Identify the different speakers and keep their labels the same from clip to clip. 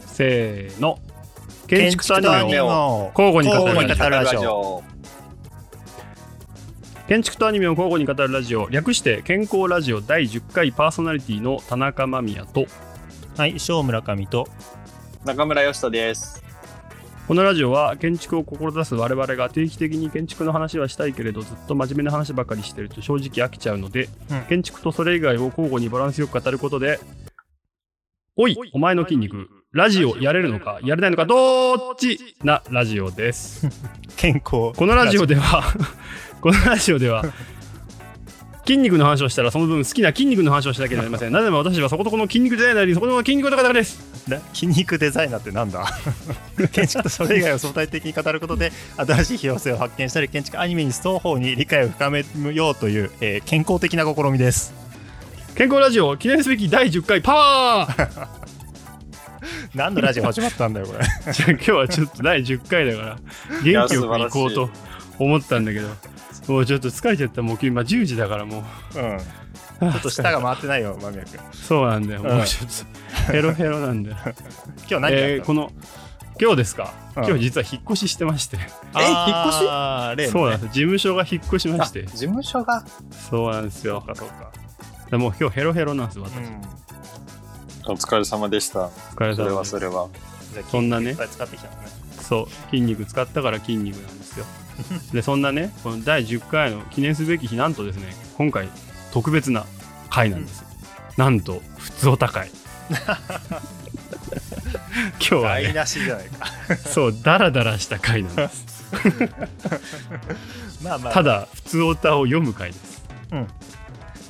Speaker 1: せーの建築とアニメを交互に語るラ
Speaker 2: 交互に
Speaker 1: ジオ
Speaker 2: 語るラ
Speaker 3: ラ
Speaker 2: ジ
Speaker 3: ジ
Speaker 2: オ。
Speaker 1: 建築とアニメを交互に語るラジオ略して健康ラジオ第10回パーソナリティの田中間宮と
Speaker 3: はい、小村上と。
Speaker 2: 中村義人です。
Speaker 1: このラジオは建築を志す我々が定期的に建築の話はしたいけれどずっと真面目な話ばかりしてると正直飽きちゃうので、
Speaker 3: うん
Speaker 1: 建築とそれ以外を交互にバランスよく語ることで「おいお前の筋肉ラジオやれるのかやれないのかどっち?」なラジオです。
Speaker 3: 健康。
Speaker 1: このラジオでは このラジオでは筋肉の話をしたらその分好きな筋肉の話をしなければなりませんなぜなら私はそことこの筋肉デザイナーにそこの筋肉の方です
Speaker 3: な筋肉デザイナーってなん だ建築とそれ以外を相対的に語ることで新しい広性を発見したり建築アニメに双方に理解を深めようという、えー健康的な試みです
Speaker 1: 健康ラジオ記念すべき第10回パワー
Speaker 3: 何のラジオ始まったんだよこれ
Speaker 1: じゃあ今日はちょっと第10回だから元気よく行こうと思ったんだけどもうちょっと疲れちゃったもう今10時だからもう
Speaker 3: うんちょっと舌が回ってないよ間宮君
Speaker 1: そうなんだよ
Speaker 3: うん
Speaker 1: もうちょっとヘロヘロなんだよ、
Speaker 3: 今日 何や
Speaker 1: え
Speaker 3: っ
Speaker 1: ー
Speaker 3: た
Speaker 1: この今日ですか、
Speaker 3: うん
Speaker 1: 今日実は引っ越ししてまして、
Speaker 3: の、
Speaker 2: え
Speaker 3: あー例
Speaker 1: そう
Speaker 3: の
Speaker 1: なん
Speaker 3: ね
Speaker 1: です事務所が引っ越しま
Speaker 2: あ
Speaker 1: し
Speaker 2: 事
Speaker 1: て
Speaker 2: 務所が。
Speaker 1: そうなんですよ
Speaker 3: そうかそうか、
Speaker 1: でもう今日ヘロヘロなんです私、
Speaker 3: うん、じ
Speaker 2: お疲れ様でした。
Speaker 1: お疲れ
Speaker 2: それ
Speaker 1: 様
Speaker 2: は
Speaker 1: です
Speaker 2: それは。
Speaker 3: ゃあ
Speaker 1: そんなね
Speaker 3: いっぱい使ってきたのね
Speaker 1: そう筋肉使ったから筋肉なん ですよでそんなねこの第10回の記念すべき日なんとですね今回特別な回なんです、なんと普通お 高い今日は
Speaker 3: 台
Speaker 1: ね
Speaker 3: 無しじゃないか
Speaker 1: そうダラダラした回なんです
Speaker 3: まあまあ
Speaker 1: ただ普通おたを読む回です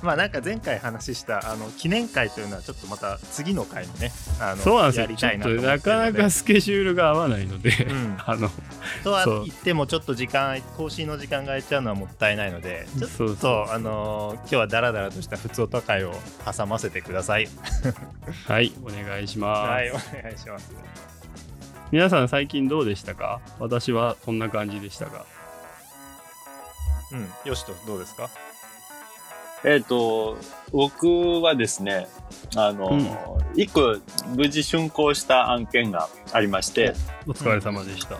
Speaker 3: まあなんか前回話したあの記念会というのはちょっとまた次の回にねあの
Speaker 1: そうなんです
Speaker 3: や
Speaker 1: よ
Speaker 3: り
Speaker 1: ちょ
Speaker 3: た
Speaker 1: っ
Speaker 3: いな
Speaker 1: と
Speaker 3: と思ってる
Speaker 1: な
Speaker 3: ので
Speaker 1: かなかスケジュールが合わないので、
Speaker 3: ん
Speaker 1: あの
Speaker 3: とは
Speaker 1: そう
Speaker 3: 言ってもちょっと時間更新の時間が空いちゃうのはもったいないのでちょっ
Speaker 1: そうそう
Speaker 3: とあのー今日はダラダラとした普通と会を挟ませてください
Speaker 1: はいお願いします、
Speaker 3: はいお願いします
Speaker 1: 皆さん最近どうでしたか私はそんな感じでしたが
Speaker 3: うんよしとどうですか
Speaker 2: えっ、と、僕はですね、あの、一、個無事竣工した案件がありまして、
Speaker 1: お疲れ様でした、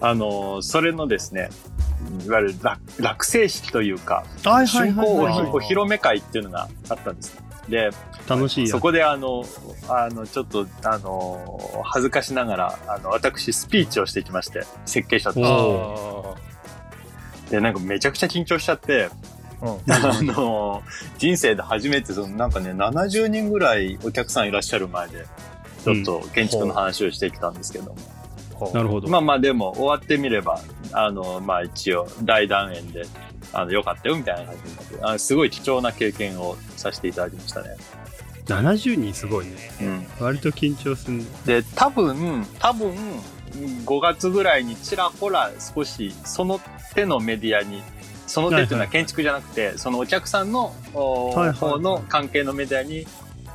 Speaker 2: あの、それのですね、いわゆる落落成式というか、
Speaker 1: はい
Speaker 2: 竣工
Speaker 3: はいはい
Speaker 2: お披露目会っていうのがあったんですね。で、
Speaker 1: 楽しいや
Speaker 2: そこであの、あの、ちょっと、あの、恥ずかしながら、あの、私、スピーチをしてきまして、設計者として。
Speaker 1: お
Speaker 2: で、なんかめちゃくちゃ緊張しちゃって、
Speaker 3: うん
Speaker 2: あの、人生で初めて、そのなんかね、70人ぐらいお客さんいらっしゃる前で、ちょっと建築の話をしてきたんですけども。
Speaker 3: ほう
Speaker 1: なるほど、
Speaker 2: まあまあでも、終わってみれば、あの、まあ一応、大団円で、あの、良かったよみたいな感じになって、あすごい貴重な経験をさせていただきましたね。
Speaker 1: 70人すごいね
Speaker 2: うん。
Speaker 1: 割と緊張するね
Speaker 2: で、多分、多分、5月ぐらいにちらほら少し、その手のメディアに、その手っていう
Speaker 1: はいは
Speaker 2: のは建築じゃなくて、そのお客さんの、お
Speaker 1: はいはいはい
Speaker 2: 方の関係のメディアに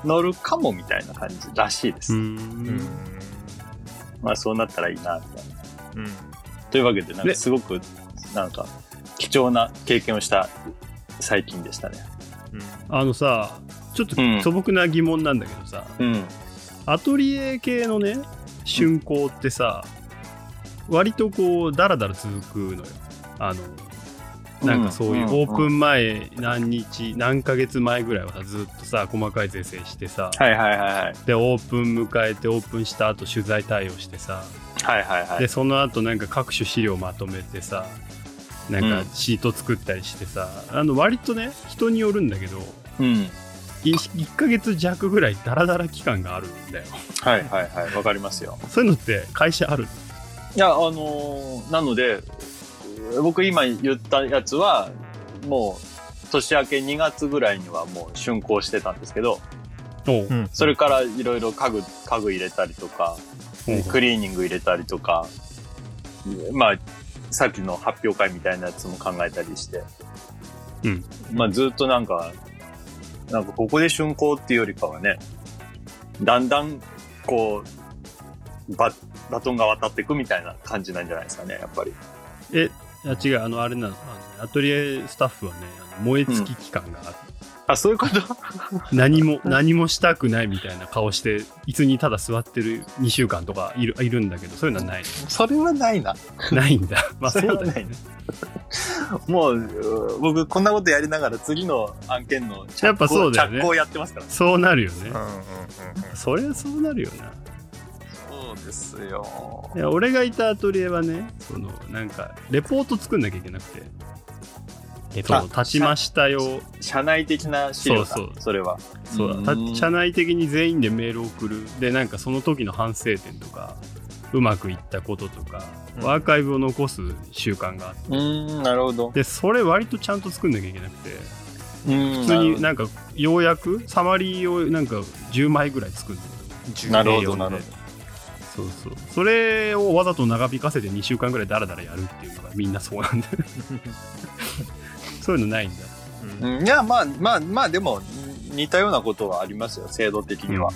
Speaker 2: 乗るかもみたいな感じらしいです。
Speaker 3: うんん
Speaker 2: まあそうなったらいいな、みたいな。
Speaker 3: うん
Speaker 2: というわけで、なん
Speaker 1: で
Speaker 2: かすごく、なんか、貴重な経験をした最近でしたね。
Speaker 3: うん
Speaker 1: あのさちょっと
Speaker 2: うん
Speaker 1: 素朴な疑問なんだけどさ、
Speaker 2: うん。
Speaker 1: アトリエ系のね竣工ってさ、割とこうダラダラ続くのよあのなんかそういうオ
Speaker 2: うん
Speaker 1: ープン前何日何ヶ月前ぐらいはさずっとさ細かい是正してさ
Speaker 2: はいはいはいはい。
Speaker 1: でオープン迎えてオープンした後取材対応してさ
Speaker 2: はいはいは
Speaker 1: で
Speaker 2: い。
Speaker 1: その後なんか各種資料まとめてさな
Speaker 2: うんん
Speaker 1: かシート作ったりしてさ、あの割とね人によるんだけど
Speaker 2: うん。
Speaker 1: 1ヶ月弱ぐらいダラダラ期間があるんだよ
Speaker 2: はいはいはい。わかりますよ。
Speaker 1: そういうのって会社ある
Speaker 2: いや、あのーなので、僕今言ったやつは、もう、年明け2月ぐらいにはもう竣工してたんですけど、
Speaker 1: おう
Speaker 3: うん
Speaker 2: それからいろいろ家具、家具入れたりとか、
Speaker 1: おう
Speaker 2: クリーニング入れたりとか、まあ、さっきの発表会みたいなやつも考えたりして、
Speaker 1: うん
Speaker 2: まあずっとなんか、なんかここで竣工っていうよりかはね、だんだん、こう、ババトンが渡っていくみたいな感じなんじゃないですかね、やっぱり。
Speaker 1: えあ違うあのあれなのあアトリエスタッフはね、あの燃え尽き期間があって、
Speaker 2: あ、そういうこと
Speaker 1: 何も、何もしたくないみたいな顔して、椅子にただ座ってる2週間とかいるいるんだけど、そういうのは ない。
Speaker 2: それはないな。
Speaker 1: ないんだ。 まあそ
Speaker 2: そうれは
Speaker 1: だよね。
Speaker 2: もうう、僕、こんなことやりながら次の案件の着工
Speaker 1: やっぱそうだよね
Speaker 2: 着工やってますから。
Speaker 1: そうなるよね
Speaker 3: うん。うんうん
Speaker 1: それはそうなるよな。
Speaker 2: そうですよ。
Speaker 1: いや俺がいたアトリエはねそのなんかレポート作んなきゃいけなくて
Speaker 3: えっ
Speaker 1: そ
Speaker 3: と
Speaker 1: う立ちましたよ
Speaker 2: 社内的な資料だ。
Speaker 1: そう
Speaker 2: そ
Speaker 1: そう
Speaker 2: れは。
Speaker 1: そうだ
Speaker 2: うん
Speaker 1: た社内的に全員でメールを送るでなんかその時の反省点とかうまくいったこととか
Speaker 3: うん
Speaker 1: アーカイブを残す習慣があって
Speaker 2: うーん、なるほど。
Speaker 1: でそれ割とちゃんと作んなきゃいけなくて
Speaker 2: 普
Speaker 1: 普通になんかようやくサマリーをなんか10枚ぐらい作る
Speaker 2: なるほど、
Speaker 3: 14
Speaker 2: なるほ
Speaker 3: で
Speaker 1: そうそうそれをわざと長引かせて2週間ぐらいダラダラやるっていうのがみんなそうなんで そういうのないんだ
Speaker 2: どうん。いや、まあ、まあ、まあ、でも、似たようなことはありますよ、制度的には。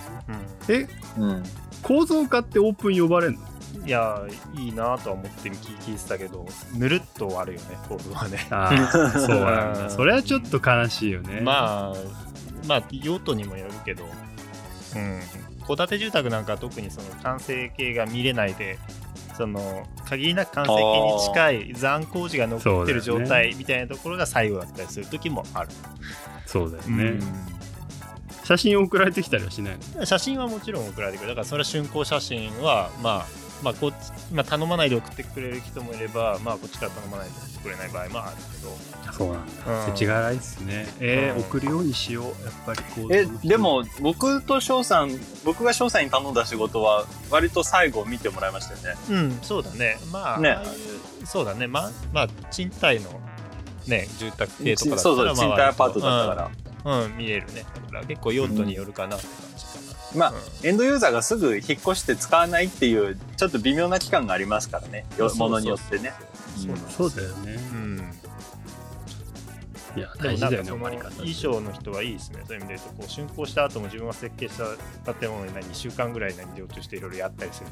Speaker 1: え
Speaker 2: うん。
Speaker 1: 構造化ってオープン呼ばれ るの
Speaker 3: うんいやいいなとは思って聞聞いてたけどぬるっとあるよねコードはね
Speaker 1: ああそうなん
Speaker 3: う
Speaker 1: だ
Speaker 3: ん
Speaker 1: それはちょっと悲しいよねあ
Speaker 3: まあ、まあ、用途にもよるけど、うん、戸建て住宅なんかは特にその完成形が見れないで、その限りなく完成形に近い残工事が残ってる
Speaker 1: そうだよ
Speaker 3: 状
Speaker 1: ね
Speaker 3: 態みたいなところが最後だったりする時もある。
Speaker 1: そうだよね、写真送られてきたりはしないの
Speaker 3: うん写真はもちろん送られてくる。だからそれは竣工写真は、まあ、まあこっちまあ、頼まないで送ってくれる人もいれば、まあ、こっちから頼まないで送ってくれない場合もあるけど。
Speaker 1: そうなん
Speaker 3: うん
Speaker 1: 世知辛いっすねえ
Speaker 3: う
Speaker 1: ー、
Speaker 3: ん
Speaker 1: 送るようにしようやっぱり構造
Speaker 2: え
Speaker 1: の人
Speaker 2: でも僕と翔さん僕が翔さんに頼んだ仕事は割と最後見てもらいましたよね
Speaker 3: うん、そうだね。まあ、
Speaker 2: ね
Speaker 3: ああいうそうだね。まあ、まあ、賃貸の、ね、住宅系とかだった
Speaker 2: そうそう
Speaker 3: ら、
Speaker 2: 賃
Speaker 3: まあ
Speaker 2: 貸アパートだったから、
Speaker 3: ら、うん、見えるね。だから結構用途によるかなって感じか
Speaker 2: ま
Speaker 3: な。
Speaker 2: あ、エンドユーザーがすぐ引っ越して使わないっていうちょっと微妙な期間がありますからねよものによってね。
Speaker 3: そうそう
Speaker 1: そうだよね
Speaker 3: そううん。
Speaker 1: いや大
Speaker 3: でも
Speaker 1: 事
Speaker 3: な
Speaker 1: だ
Speaker 3: んか
Speaker 1: よね
Speaker 3: そ
Speaker 1: 終
Speaker 3: の
Speaker 1: わり方
Speaker 3: 衣装の人はいいですね。そういう意味で言うと、こう竣工した後も自分が設計した建物に何、2週間ぐらい何常駐していろいろやったりする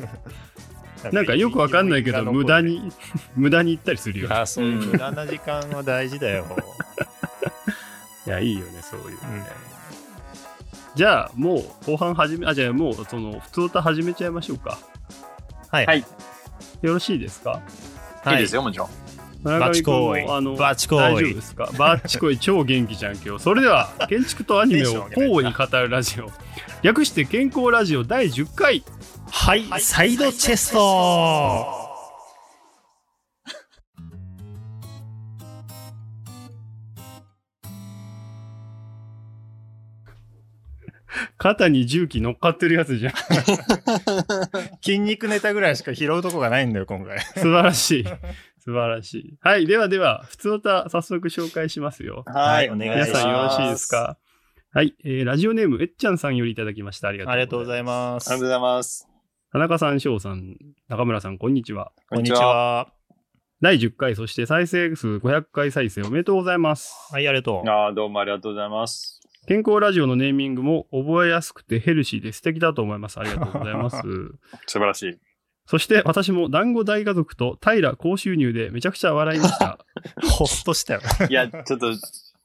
Speaker 3: ってい う。
Speaker 1: なんかよくわかんないけど無駄。に 無駄に行ったりするよね
Speaker 3: あ、そういう無駄な時間は大事 だよ。
Speaker 1: いやいいよねそういうのねじゃあもう後半始めあじゃあもうその普通歌始めちゃいましょうか
Speaker 3: はい。
Speaker 2: はい
Speaker 1: よろしいですか
Speaker 2: いいですよもちろん。
Speaker 1: 村上君も
Speaker 3: バチコイ
Speaker 1: あの
Speaker 3: バチコイ
Speaker 1: 大丈夫ですかバチコイ超元気じゃん 今日それでは建築とアニメを交互に語るラジオ略して健康ラジオ第10回
Speaker 3: はい、サイドチェスト
Speaker 1: 肩に重機乗っかってるやつじ ゃん
Speaker 3: 筋肉ネタぐらいしか拾うとこがないんだよ、今回。
Speaker 1: 素晴らしい素晴らしいはいではでは普通歌早速紹介しますよ
Speaker 3: はいお願
Speaker 1: 皆
Speaker 3: いします
Speaker 1: さんよろしいです。かはい、えーラジオネームえっちゃんさんよりいただきましたありがとう
Speaker 3: ありがとうござ
Speaker 1: います
Speaker 3: います
Speaker 2: ありがとう。ございます。
Speaker 1: 田中さん翔さん中村さんこんにちは
Speaker 2: こんにちは。
Speaker 1: 第10回そして再生数500回再生おめでとうございます
Speaker 3: はい、ありがとう。
Speaker 2: ああどうもありがとうございます。
Speaker 1: 健康ラジオのネーミングも覚えやすくてヘルシーで素敵だと思います。ありがとうござい ます。
Speaker 2: 素晴らしい。
Speaker 1: そして私も団子大家族と平高収入でめちゃくちゃ笑いました。
Speaker 3: ホストしたよ。
Speaker 2: いやちょっと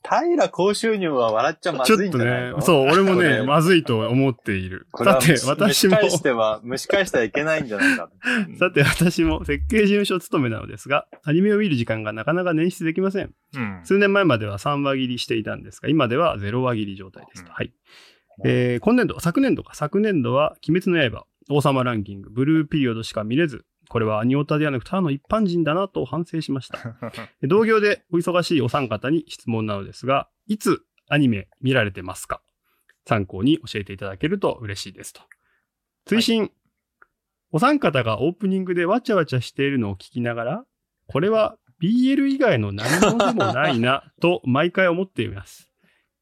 Speaker 2: 平高収入は笑っ ちゃま
Speaker 1: ち
Speaker 2: ず
Speaker 1: ょ
Speaker 2: い
Speaker 1: っ
Speaker 2: ん
Speaker 1: と
Speaker 2: じゃない
Speaker 1: ね
Speaker 2: の、
Speaker 1: そう、俺も
Speaker 2: こ
Speaker 1: ね、
Speaker 2: れ
Speaker 1: まずいと思っている。
Speaker 2: これ
Speaker 1: だ
Speaker 2: は
Speaker 1: って
Speaker 2: 蒸し
Speaker 1: 私も
Speaker 2: 蒸し、返しては蒸し返してはいけないんじゃないか。
Speaker 1: だって私も設計事務所勤めなのですが、アニメを見る時間がなかなか捻出できません。
Speaker 3: うん
Speaker 1: 数年前までは3話切りしていたんですが、今では0話切り状態ですと。
Speaker 3: うん
Speaker 1: はい。えー今年度、昨年度か、昨年度は、鬼滅の刃、王様ランキング、ブルーピリオドしか見れず、これはアニオタではなく、ただの一般人だなと反省しました。で同業でお忙しいお三方に質問なのですが、いつアニメ見られてますか参考に教えていただけると嬉しいですと。追伸、お三方がオープニングでわちゃわちゃしているのを聞きながら、これは BL 以外の何もでもないなと毎回思っています。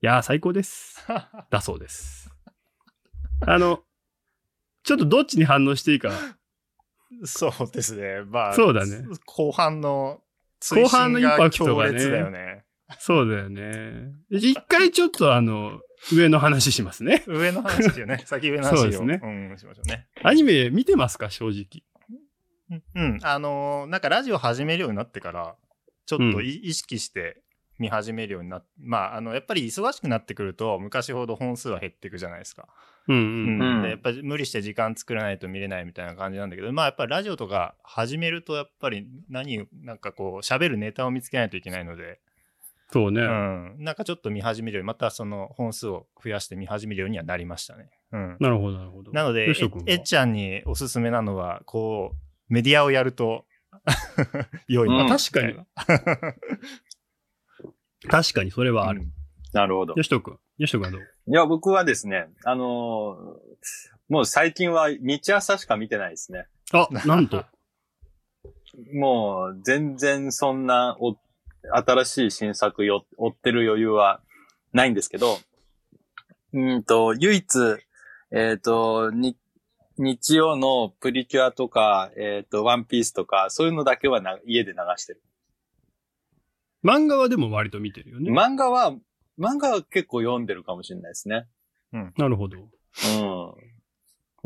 Speaker 1: いやー、最高です。だそうです。あの、ちょっとどっちに反応していいか、
Speaker 3: そうですね。まあ、
Speaker 1: そうだね。
Speaker 3: 後半の、
Speaker 1: 後半のインパクトがね
Speaker 3: 強烈だよね。
Speaker 1: そうだよね。一回ちょっとあの、上の話しますね。
Speaker 3: 上の話よね。 先上の話を。
Speaker 1: そうですね
Speaker 3: うん、しましょうね。
Speaker 1: アニメ見てますか正直。
Speaker 3: うん。あのーなんかラジオ始めるようになってから、ちょっとい、意識して見始めるようになっまあ、あの、やっぱり忙しくなってくると、昔ほど本数は減っていくじゃないですか。
Speaker 1: うん
Speaker 3: うん
Speaker 1: うん。
Speaker 2: ん
Speaker 3: でやっぱり無理して時間作らないと見れないみたいな感じなんだけど、まあやっぱりラジオとか始めると、やっぱり何、なんかこう、喋るネタを見つけないといけないので、
Speaker 1: そうね。
Speaker 3: うん、なんかちょっと見始めるように、またその本数を増やして見始めるようにはなりましたね。うん、
Speaker 1: なるほど、なるほど。
Speaker 3: なので
Speaker 1: よしと君は
Speaker 3: え、えっちゃんにおすすめなのは、こう、メディアをやると 良いな、
Speaker 2: うん
Speaker 1: 確かに。確かに、それはある。
Speaker 2: なるほど。
Speaker 1: よしと君。よしと君はどう
Speaker 2: いや、僕はですね、あのーもう最近は日朝しか見てないですね。
Speaker 1: あ、なんと。
Speaker 2: もう全然そんなお新しい新作よ追ってる余裕はないんですけど、うんと、唯一、えっ、と、に日曜のプリキュアとか、えっ、と、ワンピースとか、そういうのだけはな家で流してる。
Speaker 1: 漫画はでも割と見てるよね。
Speaker 2: 漫画は、漫画は結構読んでるかもしれないですね。
Speaker 1: なるほど。
Speaker 2: うん。も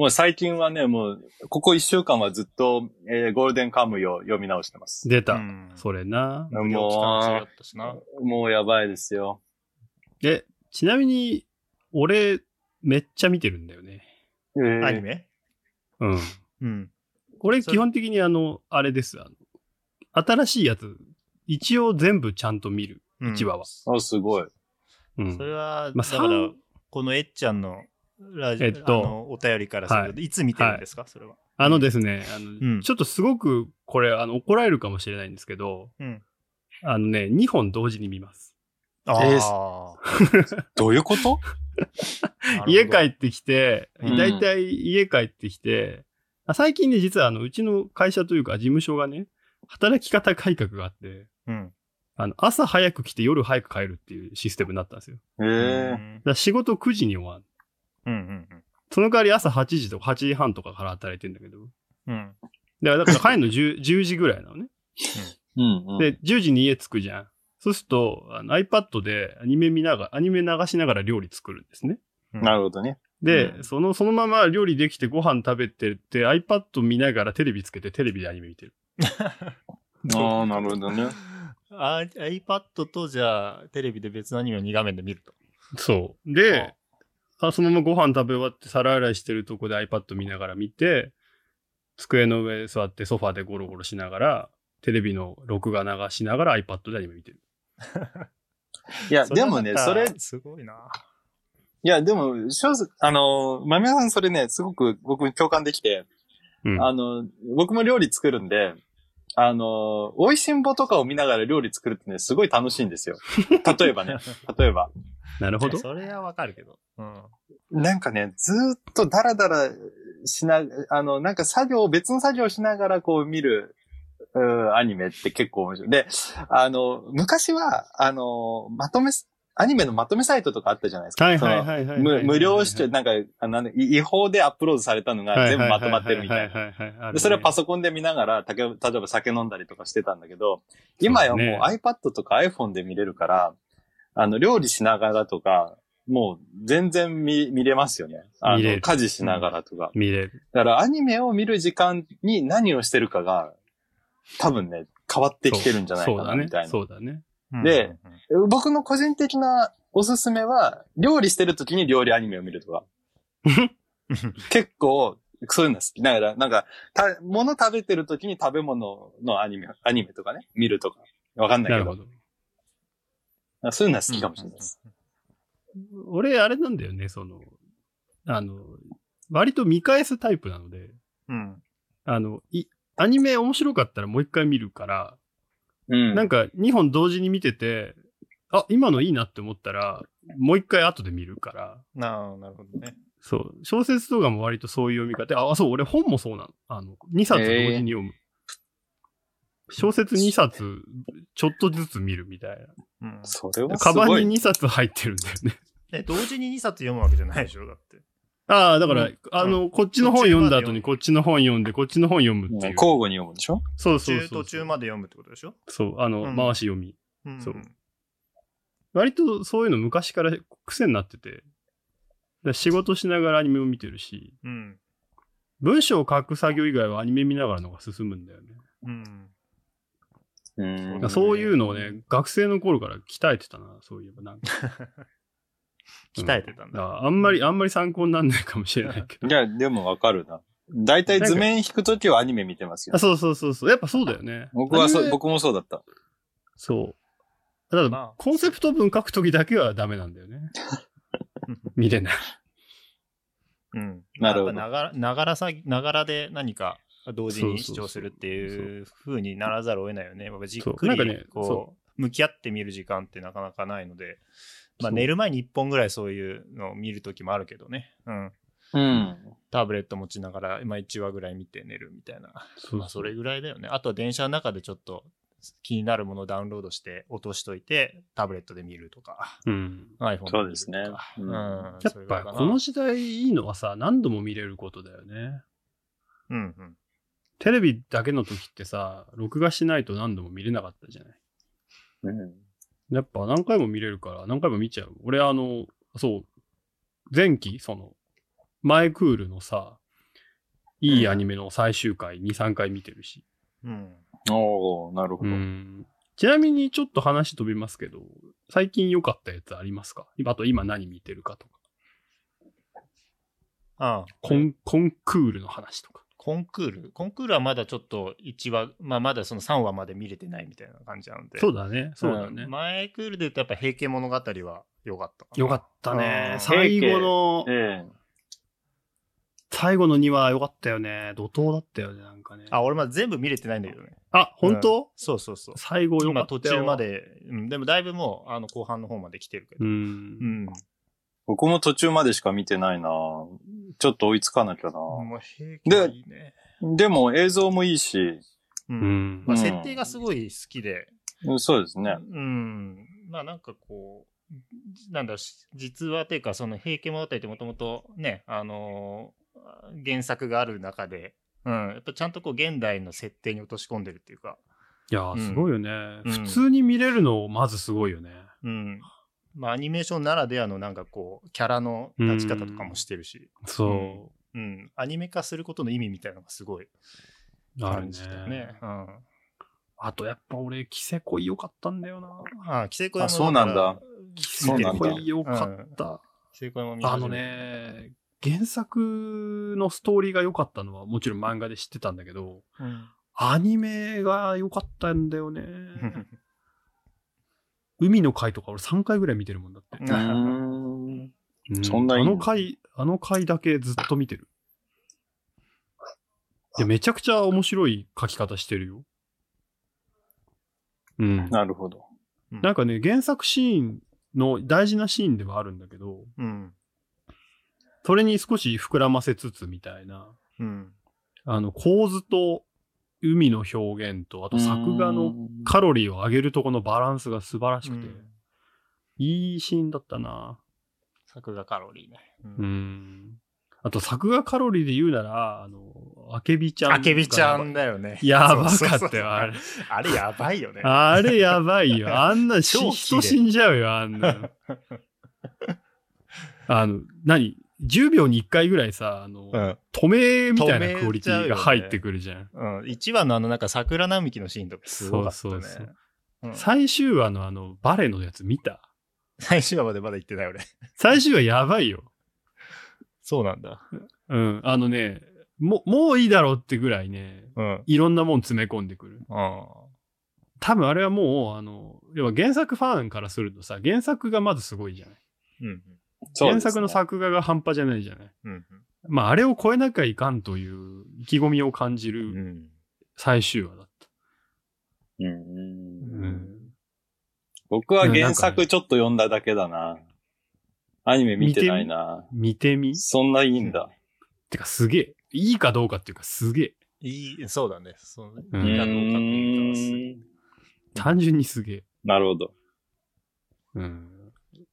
Speaker 2: う最近はね、もう、ここ一週間はずっと、えーゴールデンカムイを読み直してます。
Speaker 1: 出
Speaker 3: う
Speaker 1: た。
Speaker 3: ん、
Speaker 1: それな。
Speaker 3: 無料期間中だったしな。
Speaker 2: もうやばいですよ。
Speaker 1: え、ちなみに、俺、めっちゃ見てるんだよね。
Speaker 2: えー
Speaker 3: アニメ
Speaker 1: うん。
Speaker 3: うん。
Speaker 1: 俺、基本的にあの、あれです。あの新しいやつ、一応全部ちゃんと見る。
Speaker 3: うん
Speaker 1: 一話は。
Speaker 2: あ、すごい。
Speaker 1: うん
Speaker 3: そ。れは、
Speaker 1: まあ
Speaker 3: だから
Speaker 1: 三、
Speaker 3: このえっちゃんのラジオ、
Speaker 1: えっと
Speaker 3: あのお便りからすると、い、つ見てるんですか、それは。
Speaker 1: あのですね、あの、
Speaker 3: うん
Speaker 1: ちょっとすごく、これ、あの、怒られるかもしれないんですけど、
Speaker 3: うん
Speaker 1: あのね、2本同時に見ます。
Speaker 3: あ
Speaker 2: えー
Speaker 3: あ
Speaker 2: どういうこと
Speaker 3: ー
Speaker 1: 家帰ってきて、
Speaker 2: うん
Speaker 1: だいたい家帰ってきて、あ最近ね、実はあの、うちの会社というか事務所がね、働き方改革があって、
Speaker 3: うん。
Speaker 1: あの、朝早く来て夜早く帰るっていうシステムになったんですよ。だか
Speaker 2: ええ
Speaker 3: うん
Speaker 1: ら仕事9時に終わる。
Speaker 3: うんうん
Speaker 1: その代わり朝8時とか8時半とかから働いてんだけど。
Speaker 3: うん。うん
Speaker 1: だから、だから帰るの 10, 10時ぐらいなのね。
Speaker 2: うん、うん。
Speaker 1: で、10時に家着くじゃん。そうすると、あの iPad でアニメ見ながら、アニメ流しながら料理作るんですね。
Speaker 3: うん
Speaker 2: なるほどね。
Speaker 1: で、
Speaker 2: うん
Speaker 1: その、そのまま料理できてご飯食べてって、iPad 見ながらテレビつけてテレビでアニメ見てる。
Speaker 2: ああ、なるほどね。
Speaker 3: あ iPad とじゃあテレビで別のアニメを2画面で見ると。
Speaker 1: そう。で、あそのままご飯食べ終わって皿洗いしてるとこで iPad 見ながら見て、机の上座ってソファでゴロゴロしながら、テレビの録画流しながら iPad でアニメ見てる。
Speaker 2: いや、でもね、それ、い
Speaker 3: すごいな。
Speaker 2: や、でも、正直、あの、まみやさんそれね、すごく僕共感できて、
Speaker 1: うん。
Speaker 2: あの、僕も料理作るんで、あの、美味しんぼとかを見ながら料理作るってね、すごい楽しいんですよ。例え ばね、例えば。
Speaker 1: なるほど。
Speaker 3: それはわかるけど。うん。
Speaker 2: なんかね、ずーっとダラダラしな、あの、なんか作業、別の作業しながらこう見る、うーアニメって結構面白い。で、あの、昔は、あの、まとめ、アニメのまとめサイトとかあったじゃないですか。
Speaker 1: はいはいはいはいはい
Speaker 2: その無無料視聴、なんか、あのなんだ違法でアップロードされたのが全部まとまってるみたいな。
Speaker 1: な
Speaker 2: でそれはパソコンで見ながら、たけ例えば酒飲んだりとかしてたんだけど、今やもう
Speaker 1: そう
Speaker 2: iPad とか iPhone で見れるから、あの、料理しながらとか、もう全然見見れますよね。あ
Speaker 1: 見れ
Speaker 2: の、
Speaker 1: る
Speaker 2: 家事しながらとか。
Speaker 1: 見れる。
Speaker 2: だからアニメを見る時間に何をしてるかが、多分ね、変わってきてるんじゃないかな、みたいな。
Speaker 1: そうだね。
Speaker 2: で、僕の個人的なおすすめは、料理してる時に料理アニメを見 るとか。結構、そういうの好き。だから、なんか、た、物食べてる時に食べ物のアニメ、アニメとかね、見るとか。わかんない
Speaker 1: な
Speaker 2: け
Speaker 1: る
Speaker 2: ど。
Speaker 1: ほど。
Speaker 2: そういうのは好きかもしれないです。
Speaker 1: 俺、あれなんだよね、その、あの、割と見返すタイプなので、
Speaker 3: うん。
Speaker 1: あの、い、アニメ面白かったらもう一回見るから、
Speaker 2: うん。
Speaker 1: なんか2本同時に見てて、あ、今のいいなって思ったら、もう一回後で見るから、
Speaker 3: なあなるほどね。
Speaker 1: そう、小説とかも割とそういう読み方。あ、そう、俺本もそうなの。あの、2冊同時に読む。小説2冊、ちょっとずつ見るみたい
Speaker 3: うん、
Speaker 2: それ
Speaker 1: な。
Speaker 2: はす
Speaker 1: カバ
Speaker 2: ごい。
Speaker 1: ンに2冊入ってるんだよね。
Speaker 3: え同時に2冊読むわけじゃないでしょだって。
Speaker 1: ああ、だから、
Speaker 3: うん
Speaker 1: あの、こっちの本読んだ後にこっちの本読んで、こっちの本読むって
Speaker 2: ね
Speaker 1: いう。
Speaker 2: 交互に読むんでしょ
Speaker 1: そう
Speaker 3: 途
Speaker 1: そうそう
Speaker 3: 中
Speaker 1: そう。
Speaker 3: 途中まで読むってことでしょ
Speaker 1: そう、あの、
Speaker 3: うん
Speaker 1: 回し読み。
Speaker 3: うん
Speaker 1: そう割とそういうの昔から癖になってて、だから仕事しながらアニメを見てるし、
Speaker 3: うん。
Speaker 1: 文章を書く作業以外はアニメ見ながらのが進むんだよね。
Speaker 3: うん。
Speaker 2: うん
Speaker 1: うんそういうのをね、学生の頃から鍛えてたな、そういえばなんか。
Speaker 3: 鍛えてたん
Speaker 1: だか
Speaker 3: だ。
Speaker 1: らあんまり、あんまり参考になんないかもしれないけど。
Speaker 2: いや、でもわかるな。大体図面引くときはアニメ見てますよ
Speaker 1: あ。そうそうそうそう。やっぱそうだよね。
Speaker 2: 僕
Speaker 1: ア
Speaker 2: は
Speaker 1: ニ
Speaker 2: そ、
Speaker 1: メ
Speaker 2: 僕もそうだった。
Speaker 1: そう。ただ、
Speaker 3: まあ
Speaker 1: コンセプト文書くときだけはダメなんだよね。見れない。
Speaker 3: うん。
Speaker 2: なるほど
Speaker 3: やっぱながら、ながらさ、ながらで何か同時に視聴するっていう風にならざるを得ないよね。やっぱじっ
Speaker 1: そう
Speaker 3: く
Speaker 1: なんかね
Speaker 3: り、こう、向き合ってみる時間ってなかなかないので、ま
Speaker 1: そ
Speaker 3: あ
Speaker 1: う
Speaker 3: 寝る前に1本ぐらいそういうのを見るときもあるけどね。うん。
Speaker 2: うん。
Speaker 3: タブレット持ちながら、まあ1話ぐらい見て寝るみたいな。
Speaker 1: そう
Speaker 3: まあそれぐらいだよね。あとは電車の中でちょっと気になるものをダウンロードして落としといて、タブレットで見るとか、
Speaker 1: うん。
Speaker 3: iPhone で見るとか。
Speaker 2: そうですね
Speaker 3: う
Speaker 2: うん
Speaker 3: ん。
Speaker 1: や
Speaker 3: そ
Speaker 1: っ
Speaker 3: れぐら
Speaker 1: ぱ
Speaker 3: いかな
Speaker 1: この時代いいのはさ、何度も見れることだよね。
Speaker 3: うんうん。
Speaker 1: テレビだけの時ってさ、録画しないと何度も見れなかったじゃない。
Speaker 2: うん。
Speaker 1: やっぱ何回も見れるから、何回も見ちゃう。俺あの、そう、前期、その、前クールのさ、いいアニメの最終回2、3回見てるし。
Speaker 3: うん。
Speaker 2: おー、なるほど。
Speaker 1: うんちなみにちょっと話飛びますけど、最近良かったやつありますかあと今何見てるかとか。
Speaker 3: ああ
Speaker 1: コン、コンクールの話とか。
Speaker 3: コンクールコンクールはまだちょっと1話、まあ、まだその3話まで見れてないみたいな感じなので。
Speaker 1: そう
Speaker 3: だ、
Speaker 1: だね。そうだね。
Speaker 3: 前クールで言うとやっぱ平家物語は良かったかな。
Speaker 1: 良かったね
Speaker 3: う。ん
Speaker 1: 最後の、
Speaker 2: え
Speaker 1: 最後の2話良かったよね。怒涛だったよね、なんかね。
Speaker 3: あ、俺まだ全部見れてないんだけどね。
Speaker 1: あ、本当
Speaker 3: そうそうそう。
Speaker 1: 最後良か
Speaker 3: 今
Speaker 1: ったよ
Speaker 3: 途。中ま。で、うん、でもだいぶもうあの後半の方まで来てるけ
Speaker 1: う。
Speaker 3: ど。うんん。
Speaker 2: 僕も途中までしか見てないなちょっと追いつかなきゃな
Speaker 3: もう平家はいいね。
Speaker 2: でも映像もいいし、
Speaker 3: う。
Speaker 1: うんん
Speaker 3: ま。あ、
Speaker 2: うん
Speaker 3: 設定がすごい好きで、
Speaker 2: うんそうですね。
Speaker 3: うん。まあなんかこう、なんだろうし、実話というか、その平家物語ってもともとね、あのー原作がある中で、うん、やっぱちゃんとこう現代の設定に落とし込んでるっていうか、
Speaker 1: いやー、すごいよね。
Speaker 3: うん
Speaker 1: 普通に見れるの、まずすごいよね。
Speaker 3: うん。まあアニメーションならではのなんかこう、キャラの立ち方とかもしてるし、
Speaker 1: そ。
Speaker 3: うん。アニメ化することの意味みたいなのがすごいう
Speaker 1: ある
Speaker 3: 感じだよね
Speaker 1: ね。。
Speaker 3: うん。
Speaker 1: あと、やっぱ俺、キセコイ良かったんだよな。
Speaker 3: ああ、キセコヤも
Speaker 2: あそうなんだ
Speaker 3: から。
Speaker 1: す
Speaker 2: そ
Speaker 1: っ
Speaker 2: うなん
Speaker 1: ご
Speaker 2: だ
Speaker 1: い良かった。
Speaker 3: キセコヤも見
Speaker 1: あ
Speaker 3: 始め
Speaker 1: の。ね、原作のストーリーが良かったのはもちろん漫画で知ってたんだけど、
Speaker 3: うん。
Speaker 1: アニメが良かったんだよね。海の回とか俺3回ぐらい見てるもんだって。
Speaker 2: うーん
Speaker 1: う
Speaker 2: そんないい
Speaker 1: あ
Speaker 2: の
Speaker 1: の回、あの回だけずっと見てる。いや、めちゃくちゃ面白い書き方してるよ。うん。
Speaker 2: なるほど。
Speaker 1: なんかね、原作シーンの大事なシーンではあるんだけど、
Speaker 3: うん。
Speaker 1: それに少し膨らませつつみたいな、
Speaker 3: うん。
Speaker 1: あの、構図と海の表現と、あと作画のカロリーを上げるとこのバランスが素晴らしくて、
Speaker 3: うん
Speaker 1: いいシーンだったな
Speaker 3: 作画カロリーね。
Speaker 1: う。ん。あと作画カロリーで言うなら、あの、あけびちゃん。
Speaker 3: あけびちゃん。だよね。
Speaker 1: やば
Speaker 3: そう
Speaker 1: か
Speaker 3: そう
Speaker 1: っ
Speaker 3: そ
Speaker 1: た
Speaker 3: う
Speaker 1: よ、あれ。。
Speaker 3: あれやばいよね。
Speaker 1: あれやばい よ。あんなし、
Speaker 3: 超綺
Speaker 1: 人
Speaker 3: 麗
Speaker 1: 死んじゃうよ、あんな の。あの、何 ?10 秒に1回ぐらいさ、あの、
Speaker 3: うん。
Speaker 1: 止めみたいなクオリティが入ってくるじゃん。
Speaker 3: うん。1話のあの、なんか桜並木のシーンとかすごかったね。
Speaker 1: そうそうそう
Speaker 3: うん
Speaker 1: 最終話のあの、バレのやつ見た
Speaker 3: 最終話までまだ行ってない俺。
Speaker 1: 最終話やばいよ。
Speaker 3: そうなんだ。
Speaker 1: うん。あのね、もう、もういいだろうってぐらいね、
Speaker 3: うん。
Speaker 1: いろんなもん詰め込んでくる。
Speaker 3: あ
Speaker 1: 多分あれはもう、あの、要は原作ファンからするとさ、原作がまずすごいじゃない。
Speaker 3: うん。
Speaker 2: そうで
Speaker 1: 原
Speaker 2: すね
Speaker 1: 作の作画が半端じゃないじゃない。
Speaker 3: うん。
Speaker 1: まあ、あれを超えなきゃいかんという意気込みを感じ
Speaker 3: う
Speaker 1: る
Speaker 3: ん。
Speaker 1: 最終話だった。
Speaker 2: うん
Speaker 1: うん。
Speaker 2: 僕は原
Speaker 1: なんかね
Speaker 2: 作ちょっと読んだだけだな。アニメ見てないな。
Speaker 1: 見てみ
Speaker 2: そんないいんだ。
Speaker 1: てかすげえ。いいかどうかっていうかすげえ。
Speaker 3: いい、そうだね。そうう。
Speaker 1: ん
Speaker 3: いいかどうかっていうかす
Speaker 2: うーん
Speaker 1: 単純にすげえ。
Speaker 2: なるほど。
Speaker 1: うん。い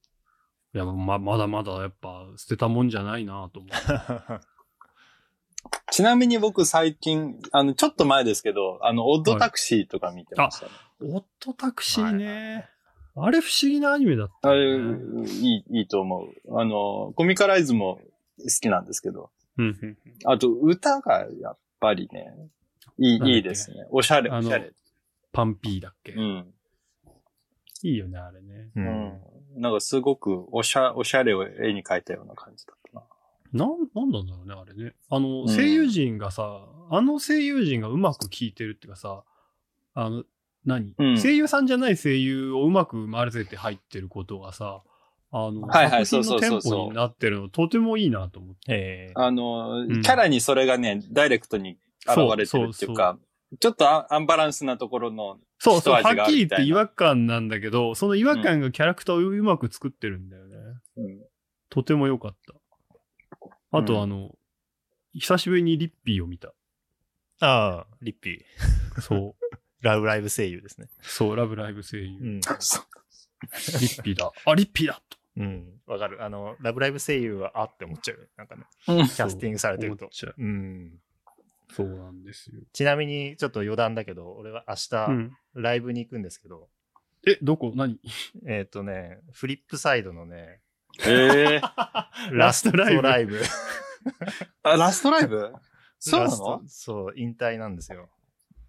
Speaker 1: や、ま、まだまだやっぱ捨てたもんじゃないなと思う。
Speaker 2: ちなみに僕最近、あの、ちょっと前ですけど、あの、オッドタクシーとか見てましたね。
Speaker 1: オットタクシーね。あれ不思議なアニメだった
Speaker 2: あ
Speaker 1: よ
Speaker 2: れ、
Speaker 1: ね、
Speaker 2: いい、いいと思う。あの、コミカライズも好きなんですけど、
Speaker 1: うん。
Speaker 2: あと歌がやっぱりね、
Speaker 1: なん
Speaker 2: い
Speaker 1: だっ
Speaker 2: い、
Speaker 1: け
Speaker 2: いいですね。おしゃれ、
Speaker 1: あ
Speaker 2: お
Speaker 1: の
Speaker 2: しゃれ。
Speaker 1: パンピーだっけ、
Speaker 2: うん。
Speaker 1: いいよね、あれね。
Speaker 3: う。
Speaker 2: うんん。なんかすごくおしゃ、おしゃれを絵に描いたような感じだったな。
Speaker 1: なん、なんなんだろうね、あれね。あの、
Speaker 2: ん
Speaker 1: 声優陣がさ、あの声優陣がうまく聞いてるっていうかさ、あの、何、
Speaker 2: うん
Speaker 1: 声優さんじゃない声優をうまく混ぜて入ってることがさ、あの、
Speaker 2: はいはい
Speaker 1: 作
Speaker 2: そうそ
Speaker 1: 品
Speaker 2: うそ
Speaker 1: の
Speaker 2: うそ
Speaker 1: テ
Speaker 2: う
Speaker 1: ンポになってるの、とてもいいなと思って。
Speaker 3: ええ
Speaker 2: あの、
Speaker 1: ん
Speaker 2: キャラにそれがね、ダイレクトに現れてるっていうか、ちょっとアアンバランスなところの、
Speaker 1: そうそう、
Speaker 2: 一味がある
Speaker 1: はっきり言っ
Speaker 2: みた
Speaker 1: て
Speaker 2: いな
Speaker 1: 違和感なんだけど、その違和感がキャラクターをうまく作ってるんだよね。
Speaker 2: うん
Speaker 1: とても良かった。あ
Speaker 2: うん
Speaker 1: と、あの、久しぶりにリッピーを見た。
Speaker 3: ああ、リッピー。
Speaker 1: そう。
Speaker 3: ラブライブ声優ですね。
Speaker 1: そう、ラブライブ声優。
Speaker 3: うん。
Speaker 2: そう
Speaker 1: リッピーだ。あ、リッピーだと。
Speaker 3: うん。わかる。あの、ラブライブ声優はあって思っちゃうよ。なんかね、
Speaker 2: うん
Speaker 3: キャスティングされてると
Speaker 1: 思っ。ちゃう
Speaker 3: うん。
Speaker 1: そうなんですよ。
Speaker 3: ちなみに、ちょっと余談だけど、俺は明日、
Speaker 1: うん、
Speaker 3: ライブに行くんですけど、
Speaker 1: え、どこ何
Speaker 3: えっ、とね、フリップサイドのね、
Speaker 2: ええ
Speaker 3: ラストライブ。
Speaker 1: ラ
Speaker 2: あ、ラストライブそうな
Speaker 3: ラスト
Speaker 2: の
Speaker 3: そう、引退なんですよ。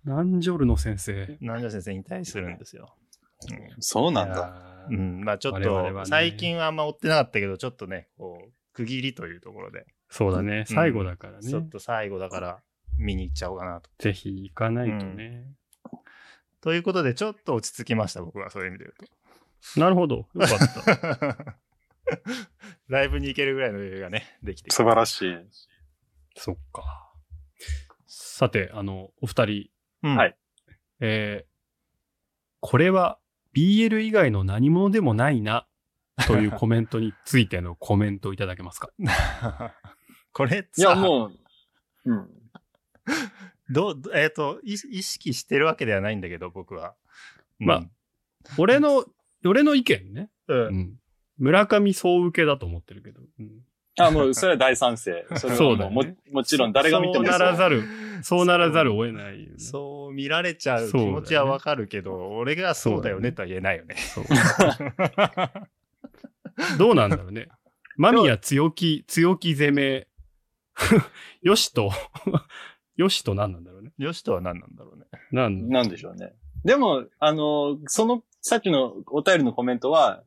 Speaker 1: ナンジョルの先生。
Speaker 3: 南條先生引退するんですよ。
Speaker 2: そうなん
Speaker 1: い
Speaker 2: だ。
Speaker 1: や
Speaker 3: う
Speaker 1: ー
Speaker 3: ん。うんまあちょっ
Speaker 1: 我々は
Speaker 3: と、
Speaker 1: ね
Speaker 3: 最近はあんま追ってなかったけど、ちょっとね、こう、区切りというところで、
Speaker 1: そうだね。最後だからね。
Speaker 3: ちょっと最後だから見に行っちゃおうかなと。
Speaker 1: ぜひ行かないとね。
Speaker 3: ということで、ちょっと落ち着きました、僕は、そういう意味で言うと。
Speaker 1: なるほど。よかった。
Speaker 3: ライブに行けるぐらいの余裕がね、できてきた
Speaker 2: 素晴らしい。
Speaker 1: そっか。さて、あの、お二人、
Speaker 3: うん
Speaker 2: はい
Speaker 1: えーこれは BL 以外の何者でもないな、というコメントについてのコメントをいただけます か
Speaker 3: これ
Speaker 2: いや、
Speaker 3: さ、
Speaker 2: もう、うん。
Speaker 3: どう、えっ、とい意識してるわけではないんだけど、僕は。うん
Speaker 1: まあ、俺の、俺の意見ね。
Speaker 3: うん
Speaker 1: うん。村上総受けだと思ってるけど。うん
Speaker 2: あ、もう、それは大賛 成。それは
Speaker 1: そう
Speaker 2: も
Speaker 1: だ
Speaker 2: う
Speaker 1: ね
Speaker 2: も、もちろん誰が見ても
Speaker 1: そうならざる、そうならざる
Speaker 3: そ
Speaker 1: を得ないよね、
Speaker 3: うそう見られちゃう気持ちはわかるけど、俺がそうだよねとは言えないよね。
Speaker 1: どうなんだろうね。間宮強気、強気攻め。 よしと、 よしと何なんだろうね。
Speaker 3: よしとは何なんだろうね。
Speaker 1: なん
Speaker 2: なんでしょうね。でも、あの、その、さっきのお便りのコメントは、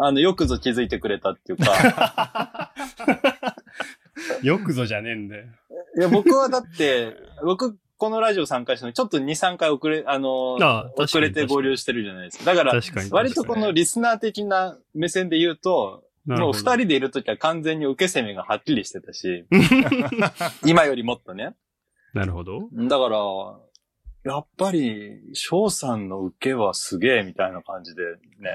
Speaker 2: あの、よくぞ気づいてくれたってい うか、
Speaker 1: よくぞじゃねえんだよ。
Speaker 2: いや、僕はだって、僕、このラジオ参加したの、ちょっと2、3回遅れ、あの、
Speaker 1: ああ、
Speaker 2: 遅れて合流してるじゃないですか。だから、
Speaker 1: 確かに。
Speaker 2: 割とこのリスナー的な目線で言うと、もう二人でいるときは完全に受け攻めがはっきりしてた し、今よりもっとね。
Speaker 1: なるほど。
Speaker 2: だから、やっぱり、翔さんの受けはすげえみたいな感じでね、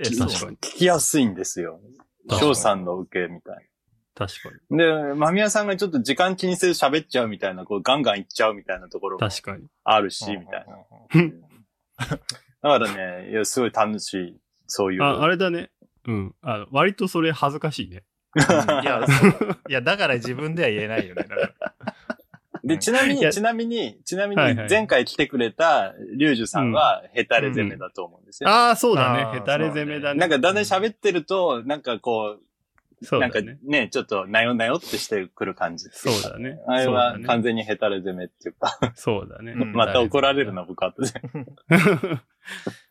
Speaker 3: え
Speaker 2: き
Speaker 3: 確か
Speaker 2: 聞きやすいんですよ。
Speaker 1: 確かに
Speaker 2: 翔さんの受けみたい
Speaker 1: 確かに。
Speaker 2: な。で、間宮さんがちょっと時間気にせず喋っちゃうみたいな、こうガンガンいっちゃうみたいなところも
Speaker 1: 確かに。
Speaker 2: あるし、みたいな。だからね、いや、すごい楽しい、そういう。
Speaker 1: あ、あれだね。うん。あの割とそれ恥ずかしいね。
Speaker 3: うんいや、そういや、だから自分では言えないよね。だから
Speaker 2: で、ちなみ
Speaker 1: いや
Speaker 2: に、ちなみに、ちなみに
Speaker 1: はいはい、
Speaker 2: 前回来てくれたリュウジュさんは、ヘタレ攻めだと思うんですよ。
Speaker 1: ああ、そうだ
Speaker 3: あ
Speaker 1: ね。
Speaker 3: ー
Speaker 1: ヘタレ攻めだね。
Speaker 2: なんか、だんだん喋ってると、なんかこ、
Speaker 1: そうう
Speaker 2: な
Speaker 1: だ
Speaker 2: んか
Speaker 1: ね。
Speaker 2: ね、ちょっと、なよなよってしてくる感じ。
Speaker 1: そうだね。
Speaker 2: あれは
Speaker 1: そうだね
Speaker 2: 完全にヘタレ攻めっていう か、
Speaker 1: そうだね。
Speaker 3: うん
Speaker 2: また怒られるな、僕後で。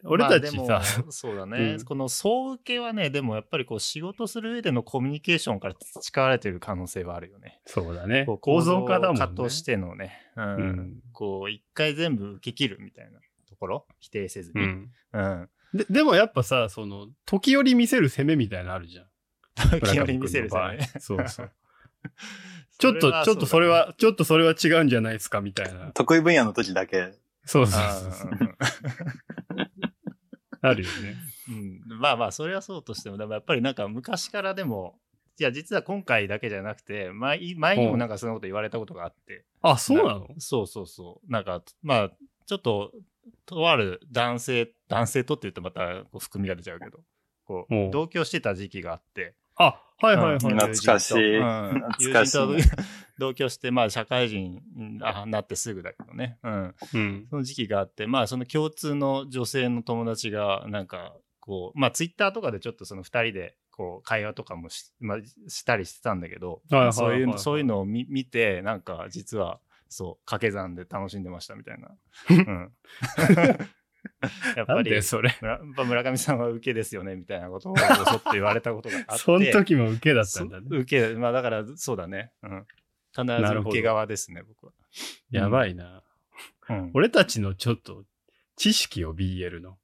Speaker 1: 俺たち
Speaker 3: ま
Speaker 1: さ
Speaker 3: あ、でもそうだね、
Speaker 1: うん
Speaker 3: この総受けはね、でもやっぱりこう仕事する上でのコミュニケーションから培われてる可能性はあるよね。
Speaker 1: そうだね
Speaker 3: こう。
Speaker 1: 構造化だもんね。
Speaker 3: 構造化としてのね、うん
Speaker 1: うん
Speaker 3: こう一回全部受け切るみたいなところ、否定せず
Speaker 1: う
Speaker 3: に。
Speaker 1: ん。
Speaker 3: うん。
Speaker 1: で、でもやっぱさ、その、時折見せる攻めみたいなのあるじゃん。
Speaker 3: 時折見せる攻め
Speaker 1: 村上君の場合。そう そう。ちょっと、ちょっとそれ
Speaker 3: は
Speaker 1: は、ちょっとそれは違うんじゃないですか、みたいな。
Speaker 2: 得意分野の時だけ。
Speaker 1: そうそう
Speaker 3: あ
Speaker 1: そうそう。
Speaker 3: ー
Speaker 1: あるよね。
Speaker 3: うんまあまあそれはそうとしてもでもやっぱりなんか昔からでもいや実は今回だけじゃなくて前前にもなんかそんなこと言われたことがあって
Speaker 1: あ、そうなの
Speaker 3: そうそうそうなんかまあちょっととある男性男性とって言うとまたこう含みが出ちゃうけどこ
Speaker 1: お
Speaker 3: う
Speaker 1: う
Speaker 3: 同居してた時期があって
Speaker 1: あ、はいはいはい。
Speaker 3: うん
Speaker 2: 懐かしい。
Speaker 3: うん友
Speaker 2: 懐か
Speaker 3: 人
Speaker 2: しい
Speaker 3: と同居してまあ社会人にあなってすぐだけどねうん
Speaker 1: うん。
Speaker 3: その時期があって、まあ、その共通の女性の友達が、なんか、こう、まあ、ツイッターとかでちょっとその2人で、こう、会話とかもし,、まあ、したりしてたんだけど、
Speaker 1: はいはいはいはい
Speaker 3: そういうの、そういうのを見見て、なんか、実は、そう、掛け算で楽しんでましたみた いな。うん、やっ
Speaker 1: な
Speaker 3: ぱ
Speaker 1: んで
Speaker 3: り、
Speaker 1: それ。
Speaker 3: 村やっぱ村上さんは受けですよねみたいなことをぼそっと言われたことがあっ て。
Speaker 1: その時も受けだったんだ
Speaker 3: そ
Speaker 1: ね。
Speaker 3: 受け、まあだから、そうだね。うん。必
Speaker 1: な
Speaker 3: ず
Speaker 1: るほ
Speaker 3: 受
Speaker 1: ど
Speaker 3: け側ですね、僕は。
Speaker 1: やばいな。
Speaker 3: うん、
Speaker 1: 俺たちのちょっと知識を BL の。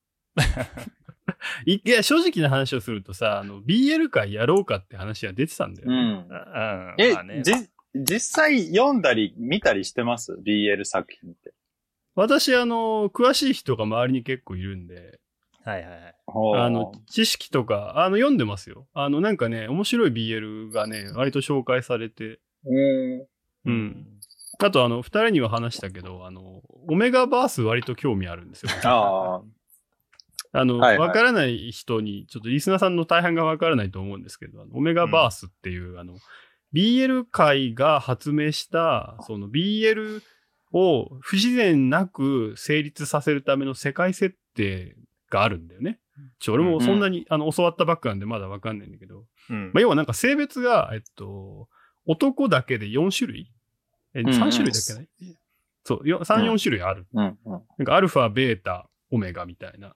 Speaker 1: いいや、正直な話をするとさ、あの、BL 会やろうかって話は出てたんだよ
Speaker 2: う
Speaker 1: ね。
Speaker 2: ん。
Speaker 3: あうん
Speaker 2: え、
Speaker 3: まあね、
Speaker 2: じ、実際読んだり見たりしてます ?BL 作品って。
Speaker 1: 私、あの、詳しい人が周りに結構いるんで、
Speaker 3: はいはいはい。
Speaker 2: ほう
Speaker 1: あの、知識とか、あの、読んでますよ。あの、なんかね、面白い BL がね、割と紹介されて、
Speaker 2: うん。
Speaker 1: うんあと、あの、二人には話したけど、あの、オメガバース割と興味あるんですよ。
Speaker 2: ああ。
Speaker 1: あの、わ、
Speaker 2: はいはい
Speaker 1: からない人に、ちょっとリスナーさんの大半がわからないと思うんですけど、あのオメガバースっていう、あの、BL 界が発明した、その BL を不自然なく成立させるための世界設定があるんだよね。ちょ、俺もそんなに、あの、教わったばっかなんでまだわかんないんだけど、
Speaker 3: うん
Speaker 1: まあ、要はなんか性別が、えっと、男だけで4種類え、
Speaker 2: んうん
Speaker 1: ?3 種類だっけない、そう、よ3、4種類ある。
Speaker 2: うん。うん
Speaker 1: なんかアルファ、ベータ、オメガみたいな。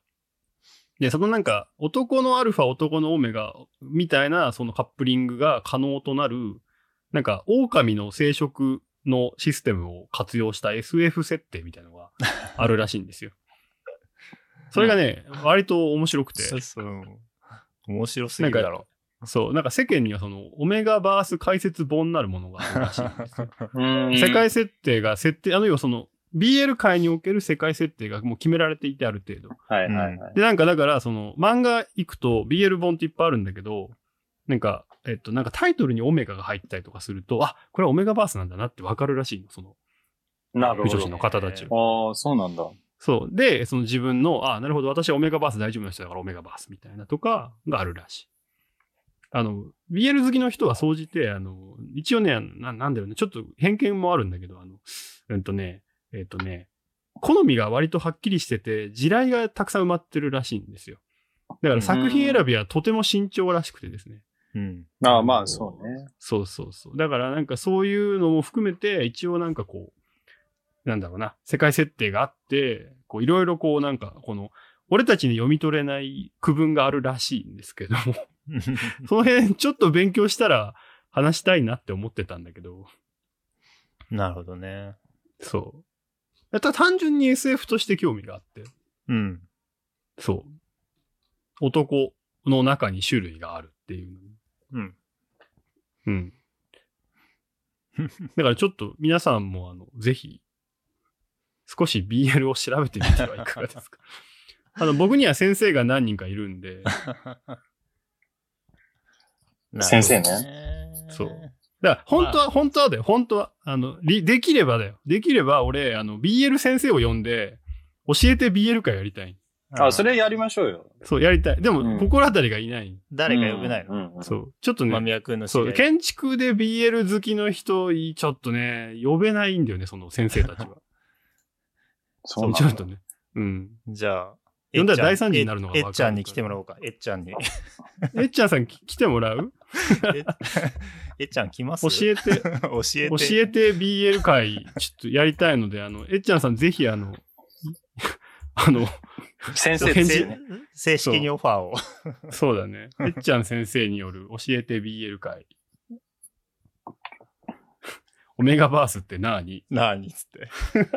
Speaker 1: で、そのなんか、男のアルファ、男のオメガみたいな、そのカップリングが可能となる、なんか、狼の生殖のシステムを活用した SF 設定みたいなの があるらしいんですよ。それがね、割と面白くて。
Speaker 3: そ うそう。面白すぎるだろ。
Speaker 1: そう、なんか世間にはその、オメガバース解説本なるものがあるらしいんです よ。
Speaker 2: うん。
Speaker 1: 世界設定が設定、あの、要はその、BL 界における世界設定がもう決められていてある程度。
Speaker 2: はいはいはい。
Speaker 1: で、なんかだから、その、漫画行くと BL 本っていっぱいあるんだけど、なんか、えっと、なんかタイトルにオメガが入ったりとかすると、あ、これはオメガバースなんだなってわかるらしいの、その、
Speaker 2: なる
Speaker 1: 不
Speaker 2: ほ
Speaker 1: 女子の方たちは。
Speaker 2: ど。ああ、そうなんだ。
Speaker 1: そう。で、その自分の、あなるほど、私はオメガバース大丈夫な人だからオメガバースみたいなとかがあるらしい。あの、BL 好きの人は総じて、あの、一応ね、あのななんだろうね、ちょっと偏見もあるんだけど、あの、うんとね、えっ、とね、好みが割とはっきりしてて、地雷がたくさん埋まってるらしいんですよ。だから作品選びはとても慎重らしくてですね。
Speaker 3: うん。
Speaker 2: ああ、まあそうね。
Speaker 1: そうそうそう。だからなんかそういうのも含めて、一応なんかこう、なんだろうな、世界設定があって、こういろいろこうなんか、この、俺たちに読み取れない区分があるらしいんですけども、その辺ちょっと勉強したら話したいなって思ってたんだけど、
Speaker 3: なるほどね。
Speaker 1: そう。ただ単純に SF として興味があって、
Speaker 3: うん。
Speaker 1: そう。男の中に種類があるっていうのに
Speaker 3: う
Speaker 1: うん。
Speaker 3: ん。
Speaker 1: だからちょっと皆さんもあの、ぜひ、少し BL を調べてみてはいかが ですか。あの、僕には先生が何人かいるんで、
Speaker 2: 先生ね
Speaker 3: ね
Speaker 1: そう。だから本当は、本当はだよ、本当は。あの、りできればだよ。できれば俺、あの、BL 先生を呼んで、教えて BL 会やりたい。
Speaker 2: あ、それやりましょうよ。
Speaker 1: そう、やりたい。で
Speaker 2: うん
Speaker 1: も、心当たりがいない。
Speaker 3: 誰か呼べないの
Speaker 2: の。
Speaker 1: そうう。ちょっと
Speaker 3: 間
Speaker 1: ね、
Speaker 3: 宮君の知
Speaker 1: そ
Speaker 3: り合
Speaker 1: う、
Speaker 3: い。
Speaker 1: 建築で BL 好きの人、いちょっとね、呼べないんだよね、その先生たち は。
Speaker 2: そう
Speaker 1: ちょ
Speaker 2: な
Speaker 1: っ
Speaker 2: んだ
Speaker 1: と。ね。うん。
Speaker 3: じゃあ、
Speaker 1: 呼んだら
Speaker 3: え
Speaker 1: 大
Speaker 3: っちゃ
Speaker 1: 惨事になるのが
Speaker 3: え
Speaker 1: 分
Speaker 3: っ
Speaker 1: かる
Speaker 3: えっちゃんに来てもらおうか。えっちゃん に。
Speaker 1: えっちゃんさんき来てもらう
Speaker 3: ええっちゃん来ます
Speaker 1: 教えて、
Speaker 3: え教え
Speaker 1: 教
Speaker 3: て。
Speaker 1: えて BL 会、ちょっとやりたいので、あの、えっちゃんさんぜひあの、 あの、
Speaker 2: 先生ですよ
Speaker 1: 返
Speaker 2: ね。
Speaker 3: 正式にオファーを。
Speaker 1: そうだね。えっちゃん先生による教えて BL 会。 オメガバースって何
Speaker 3: なあにっつって。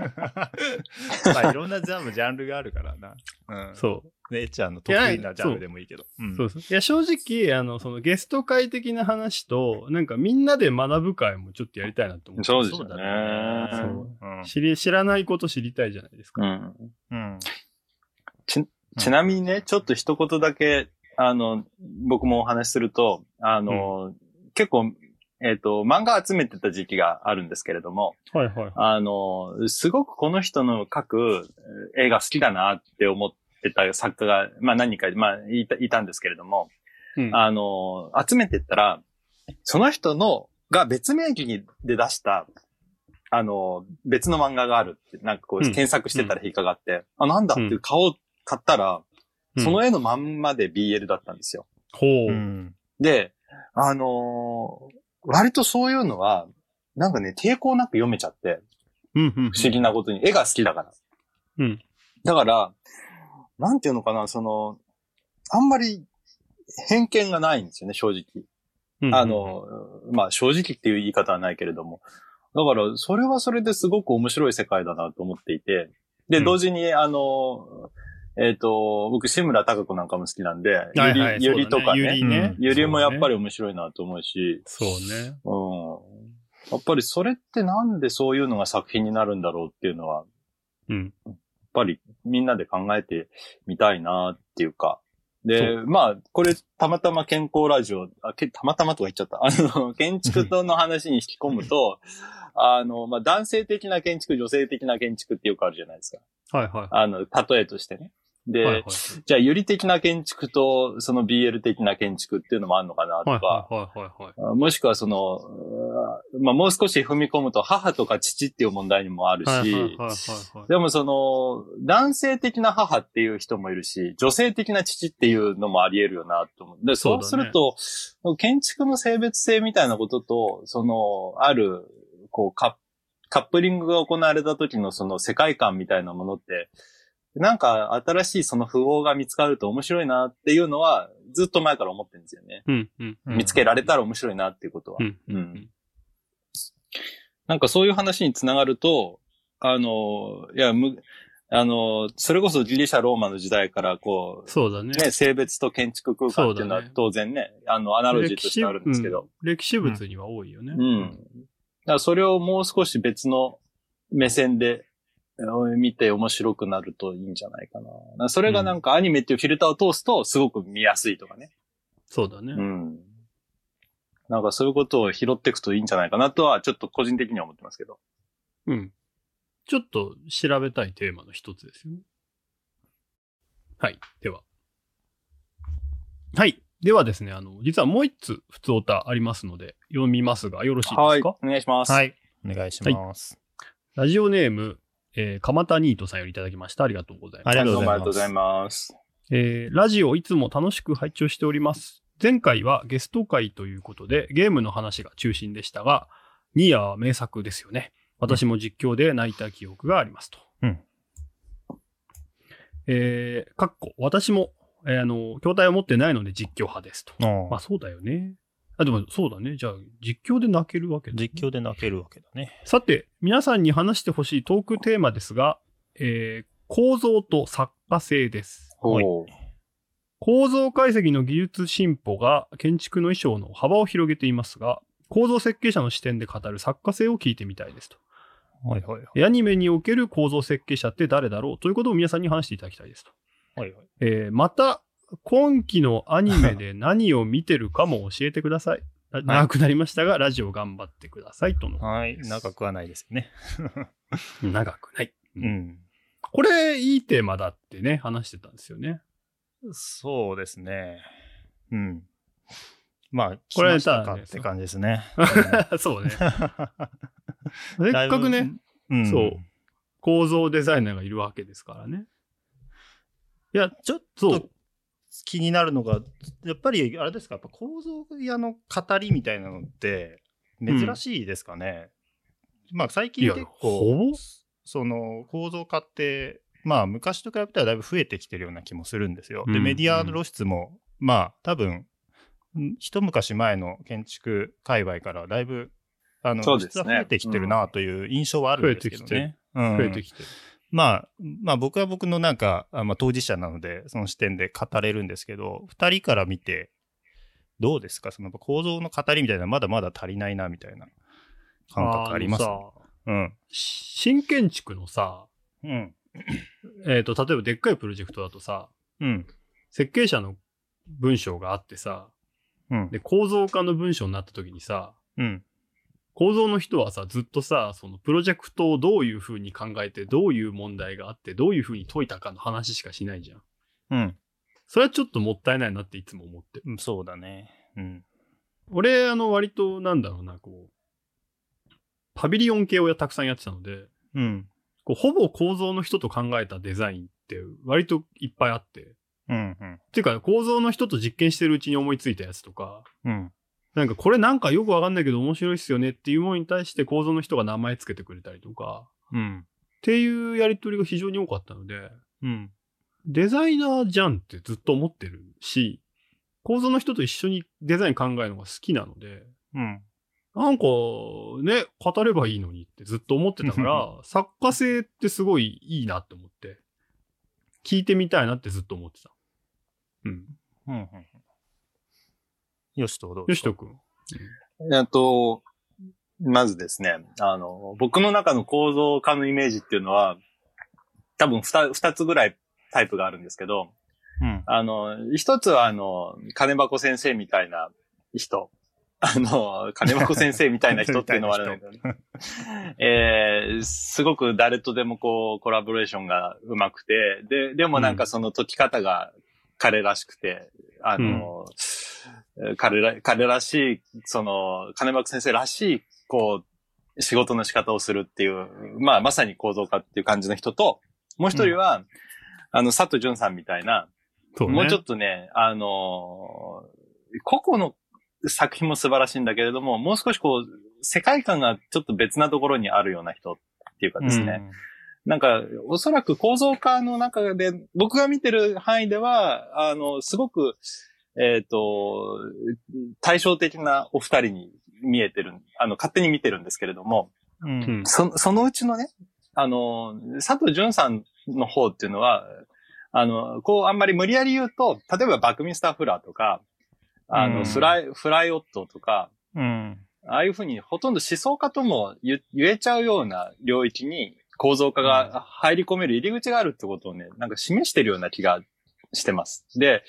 Speaker 3: まあいろんなジャンル、ジャンルがあるからな。うん。
Speaker 1: そ
Speaker 3: ねえっちゃんの得意なジャンルでもいいけど。うん
Speaker 1: う。そうそう。いや、正直、あの、そのゲスト会的な話と、なんかみんなで学ぶ会もちょっとやりたいなと思って。
Speaker 2: そうですよ
Speaker 3: そうだ
Speaker 2: ね。
Speaker 3: ね
Speaker 1: そう
Speaker 3: うん
Speaker 1: 知り、知らないこと知りたいじゃないですか。
Speaker 2: うん。
Speaker 3: うん。
Speaker 2: ちなみにね、ちょっと一言だけ、あの、僕もお話しすると、あの、結構、えっ、と、漫画集めてた時期があるんですけれども、
Speaker 1: はいはいはい。
Speaker 2: あの、すごくこの人の描くえー絵が好きだなって思ってた作家が、まあ何人か、まあいたいたんですけれども、
Speaker 1: うん
Speaker 2: あの、集めてったら、その人の、が別名義にで出した、あの、別の漫画があるって、なんかこう、
Speaker 1: うん
Speaker 2: 検索してたら引っかかって、あ、なんだっ
Speaker 1: う
Speaker 2: て
Speaker 1: ん
Speaker 2: 顔を買ったら、
Speaker 1: うん
Speaker 2: その絵のまんまで BL だったんですよ。
Speaker 1: ほ
Speaker 3: う
Speaker 1: う。
Speaker 3: ん。
Speaker 2: で、あのー割とそういうのは、なんかね、抵抗なく読めちゃって、
Speaker 1: うんうん。
Speaker 2: 不思議なことに。絵が好きだから。
Speaker 1: うん。
Speaker 2: だから、なんていうのかな、その、あんまり偏見がないんですよね、正直。
Speaker 1: うん
Speaker 2: あ、の、まあ正直っていう言い方はないけれども。だから、それはそれですごく面白い世界だなと思っていて。
Speaker 1: う
Speaker 2: で、
Speaker 1: ん
Speaker 2: 同時に、あの、えっ、と、僕、志村隆子なんかも好きなんで、
Speaker 1: は
Speaker 2: ゆ
Speaker 1: い
Speaker 2: り、
Speaker 1: はい
Speaker 2: ゆりとか
Speaker 1: そうだ
Speaker 2: ね。
Speaker 1: ゆりね。
Speaker 2: ゆりもやっぱ
Speaker 1: り。
Speaker 2: り面白いなと思うし、
Speaker 1: そうね。
Speaker 2: うん。やっぱりそれってなんでそういうのが作品になるんだろうっていうのは、
Speaker 1: うん。
Speaker 2: やっぱりみんなで考えてみたいなっていうか。
Speaker 1: そ
Speaker 2: で、まあ、これ、たまたま健康ラジオ、あけたまたまとか言っちゃった。あ の、建築との話に引き込むと、あの、まあ、男性的な建築、女性的な建築ってよくあるじゃないですか。
Speaker 1: はいは
Speaker 2: あの、例えとしてね。
Speaker 1: い。
Speaker 2: で、
Speaker 1: はいはい。
Speaker 2: じゃあ、ゆり的な建築と、その BL 的な建築っていうのもあるのかなとか、
Speaker 1: はいはいはいはい。
Speaker 2: あもしくはその、うんまあ、もう少し踏み込むと、母とか父っていう問題にもあるし、
Speaker 1: はいはいはいはいはい。
Speaker 2: でもその、男性的な母っていう人もいるし、女性的な父っていうのもあり得るよなと思う。で、
Speaker 1: そうだ
Speaker 2: そ
Speaker 1: ね
Speaker 2: うすると、建築の性別性みたいなことと、その、ある、こう、カッカップリングが行われた時のその世界観みたいなものって、なんか新しいその符号が見つかると面白いなっていうのは、ずっと前から思ってるんですよね。
Speaker 1: うんうん。
Speaker 3: うん
Speaker 2: 見つけられたら面白いなっていうことは。
Speaker 1: うんう
Speaker 2: うんん。なんかそういう話につながると、あの、いや、む、あの、それこそギリシャ・ローマの時代から、こ
Speaker 1: そうだね
Speaker 2: う、。ね、性別と建築空間っていうのは
Speaker 1: そうだね
Speaker 2: 当然ね、あの、アナロジーとしてあるんですけど。
Speaker 1: 歴史物には多いよね
Speaker 2: う。ん。だからそれをもう少し別の目線でえー見て面白くなるといいんじゃないかな。だからそれがなんかアニメっていうフィルターを通すとすごく見やすいとかね。
Speaker 1: そうだね。
Speaker 2: うん。なんかそういうことを拾っていくといいんじゃないかなとは、ちょっと個人的には思ってますけど。
Speaker 1: うん。ちょっと調べたいテーマの一つですよね。はい。では。はい。ではですね、あの、実はもう一つ、普通歌ありますので、読みますが、よろしいですか、
Speaker 2: はい。お願いします。
Speaker 3: はい。お願いします。
Speaker 1: ラジオネーム、えー、鎌田ニートさんよりいただきました。ありがとうございます。
Speaker 3: ありがとう
Speaker 2: ど
Speaker 3: ご
Speaker 2: う
Speaker 3: ざい
Speaker 2: も
Speaker 3: ます
Speaker 2: ありがとうございます。
Speaker 1: えーラジオいつも楽しく拝聴しております。前回はゲスト会ということでゲームの話が中心でしたが、ニーヤは名作ですよね。私も実況で泣いた記憶がありますと。
Speaker 3: うん
Speaker 1: えーかっこ、私も、えーあの、筐体を持ってないので実況派ですと。
Speaker 3: おー
Speaker 1: まあそうだよね。あ、でもそうだね。じゃあ実況で泣けるわけだね
Speaker 3: 実況で泣けるわけだね。
Speaker 1: さて、皆さんに話してほしいトークテーマですが、えー構造と作家性です。
Speaker 2: ほう。
Speaker 1: 構造解析の技術進歩が建築の衣装の幅を広げていますが、構造設計者の視点で語る作家性を聞いてみたいですと。
Speaker 3: はいはいはい。
Speaker 1: アニメにおける構造設計者って誰だろうということを皆さんに話していただきたいですと。
Speaker 3: はいはい、
Speaker 1: えーまた、今期のアニメで何を見てるかも教えてください。あ長くなりましたが、ラジオ頑張ってくださいとの。
Speaker 3: はい。長くはないですよね。
Speaker 1: 長くない。
Speaker 3: うん。
Speaker 1: これ、いいテーマだってね、話してたんですよね。
Speaker 3: そうですね。うん。まあ、
Speaker 1: これ
Speaker 3: 来ましたか
Speaker 1: ただね
Speaker 3: って感じです ね。
Speaker 1: そう ね。せ
Speaker 3: せ
Speaker 1: っかくね、、
Speaker 3: うん、
Speaker 1: そう構造デザイナーがいるわけですからね。いや、
Speaker 3: ちょっ
Speaker 1: そ
Speaker 3: と
Speaker 1: う
Speaker 3: 気になるのが、やっぱりあれですか、やっぱ構造屋の語りみたいなのって珍しいですかね。まあ最
Speaker 1: い
Speaker 3: 近
Speaker 1: や
Speaker 3: 結、構、
Speaker 1: ほぼ
Speaker 3: その構造化って、まあ昔と比べたらだいぶ増えてきてるような気もするんですよ。
Speaker 1: う
Speaker 3: で、
Speaker 1: ん
Speaker 3: メディアの露出も、まあ多分、ん一昔前の建築界隈からだいぶ、あの、
Speaker 2: そう
Speaker 3: 露
Speaker 2: です
Speaker 3: 出
Speaker 2: ね
Speaker 3: は増えてきてるなという印象はあるんですけど
Speaker 1: 増え
Speaker 3: ね。うん
Speaker 1: 増えてきてる。
Speaker 3: まあ、まあ僕は僕のなんか、あまあ、当事者なので、その視点で語れるんですけど、二人から見て、どうですかその構造の語りみたいな、まだまだ足りないな、みたいな感覚あります
Speaker 1: あのさ
Speaker 3: うん。
Speaker 1: 新建築のさ、
Speaker 3: うん。
Speaker 1: えっ、と、例えばでっかいプロジェクトだとさ、
Speaker 3: うん。
Speaker 1: 設計者の文章があってさ、
Speaker 3: うん。
Speaker 1: で、構造化の文章になった時にさ、
Speaker 3: うん。
Speaker 1: 構造の人はさ、ずっとさ、そのプロジェクトをどういう風に考えて、どういう問題があって、どういう風に解いたかの話しかしないじゃん。
Speaker 3: うん。
Speaker 1: それはちょっともったいないなっていつも思ってる。
Speaker 3: うんそうだね。うん。
Speaker 1: 俺、あの、割と、なんだろうな、こう、パビリオン系をたくさんやってたので、
Speaker 3: うん。
Speaker 1: こうほぼ構造の人と考えたデザインって割といっぱいあって、っ
Speaker 3: うん。うん
Speaker 1: ていうか構造の人と実験してるうちに思いついたやつとか、
Speaker 3: うん。
Speaker 1: なんかこれなんかよくわかんないけど面白いっすよねっていうものに対して構造の人が名前つけてくれたりとか、
Speaker 3: うん。
Speaker 1: っていうやりとりが非常に多かったので、
Speaker 3: うん。
Speaker 1: デザイナーじゃんってずっと思ってるし、構造の人と一緒にデザイン考えるのが好きなので、
Speaker 3: うん。
Speaker 1: なんかね、語ればいいのにってずっと思ってたから、作家性ってすごいいいなって思って、聞いてみたいなってずっと思ってた。うん。
Speaker 3: うんうんうん。よしとはどうで
Speaker 1: よ
Speaker 3: す
Speaker 1: し
Speaker 3: か
Speaker 1: とくん。
Speaker 2: えっと、まずですね、あの、僕の中の構造化のイメージっていうのは、多分二二つぐらいタイプがあるんですけど、
Speaker 3: うん。
Speaker 2: あの、一つはあの、金箱先生みたいな人。あの、金箱先生みたいな人っていうのはあれ なんだよね。 えー、すごく誰とでもこう、コラボレーションがうまくて、で、でもなんかその解き方が彼らしくて、あの、彼ら、彼らしい、その、金箱先生らしい、こう、仕事の仕方をするっていう、まあ、まさに構造化っていう感じの人と、もう一人は、あの、佐藤淳さんみたいな、
Speaker 1: そうね。
Speaker 2: もうちょっとね、あのー個々の作品も素晴らしいんだけれども、もう少しこう、世界観がちょっと別なところにあるような人っていうかですね。なんか、おそらく構造化の中で、僕が見てる範囲では、あの、すごく、えっ、と、対照的なお二人に見えてる、あの、勝手に見てるんですけれども、
Speaker 3: うん。
Speaker 1: うん。
Speaker 2: そそのうちのね、あの、佐藤淳さんの方っていうのは、あの、こう、あんまり無理やり言うと、例えばバックミンスター・フラーとか、あの、
Speaker 3: うん
Speaker 2: フライ、フライオットとか、
Speaker 3: うん。
Speaker 2: ああいうふうにほとんど思想家とも言言えちゃうような領域に構造化が入り込める入り口があるってことをね、なんか示してるような気がしてます。で、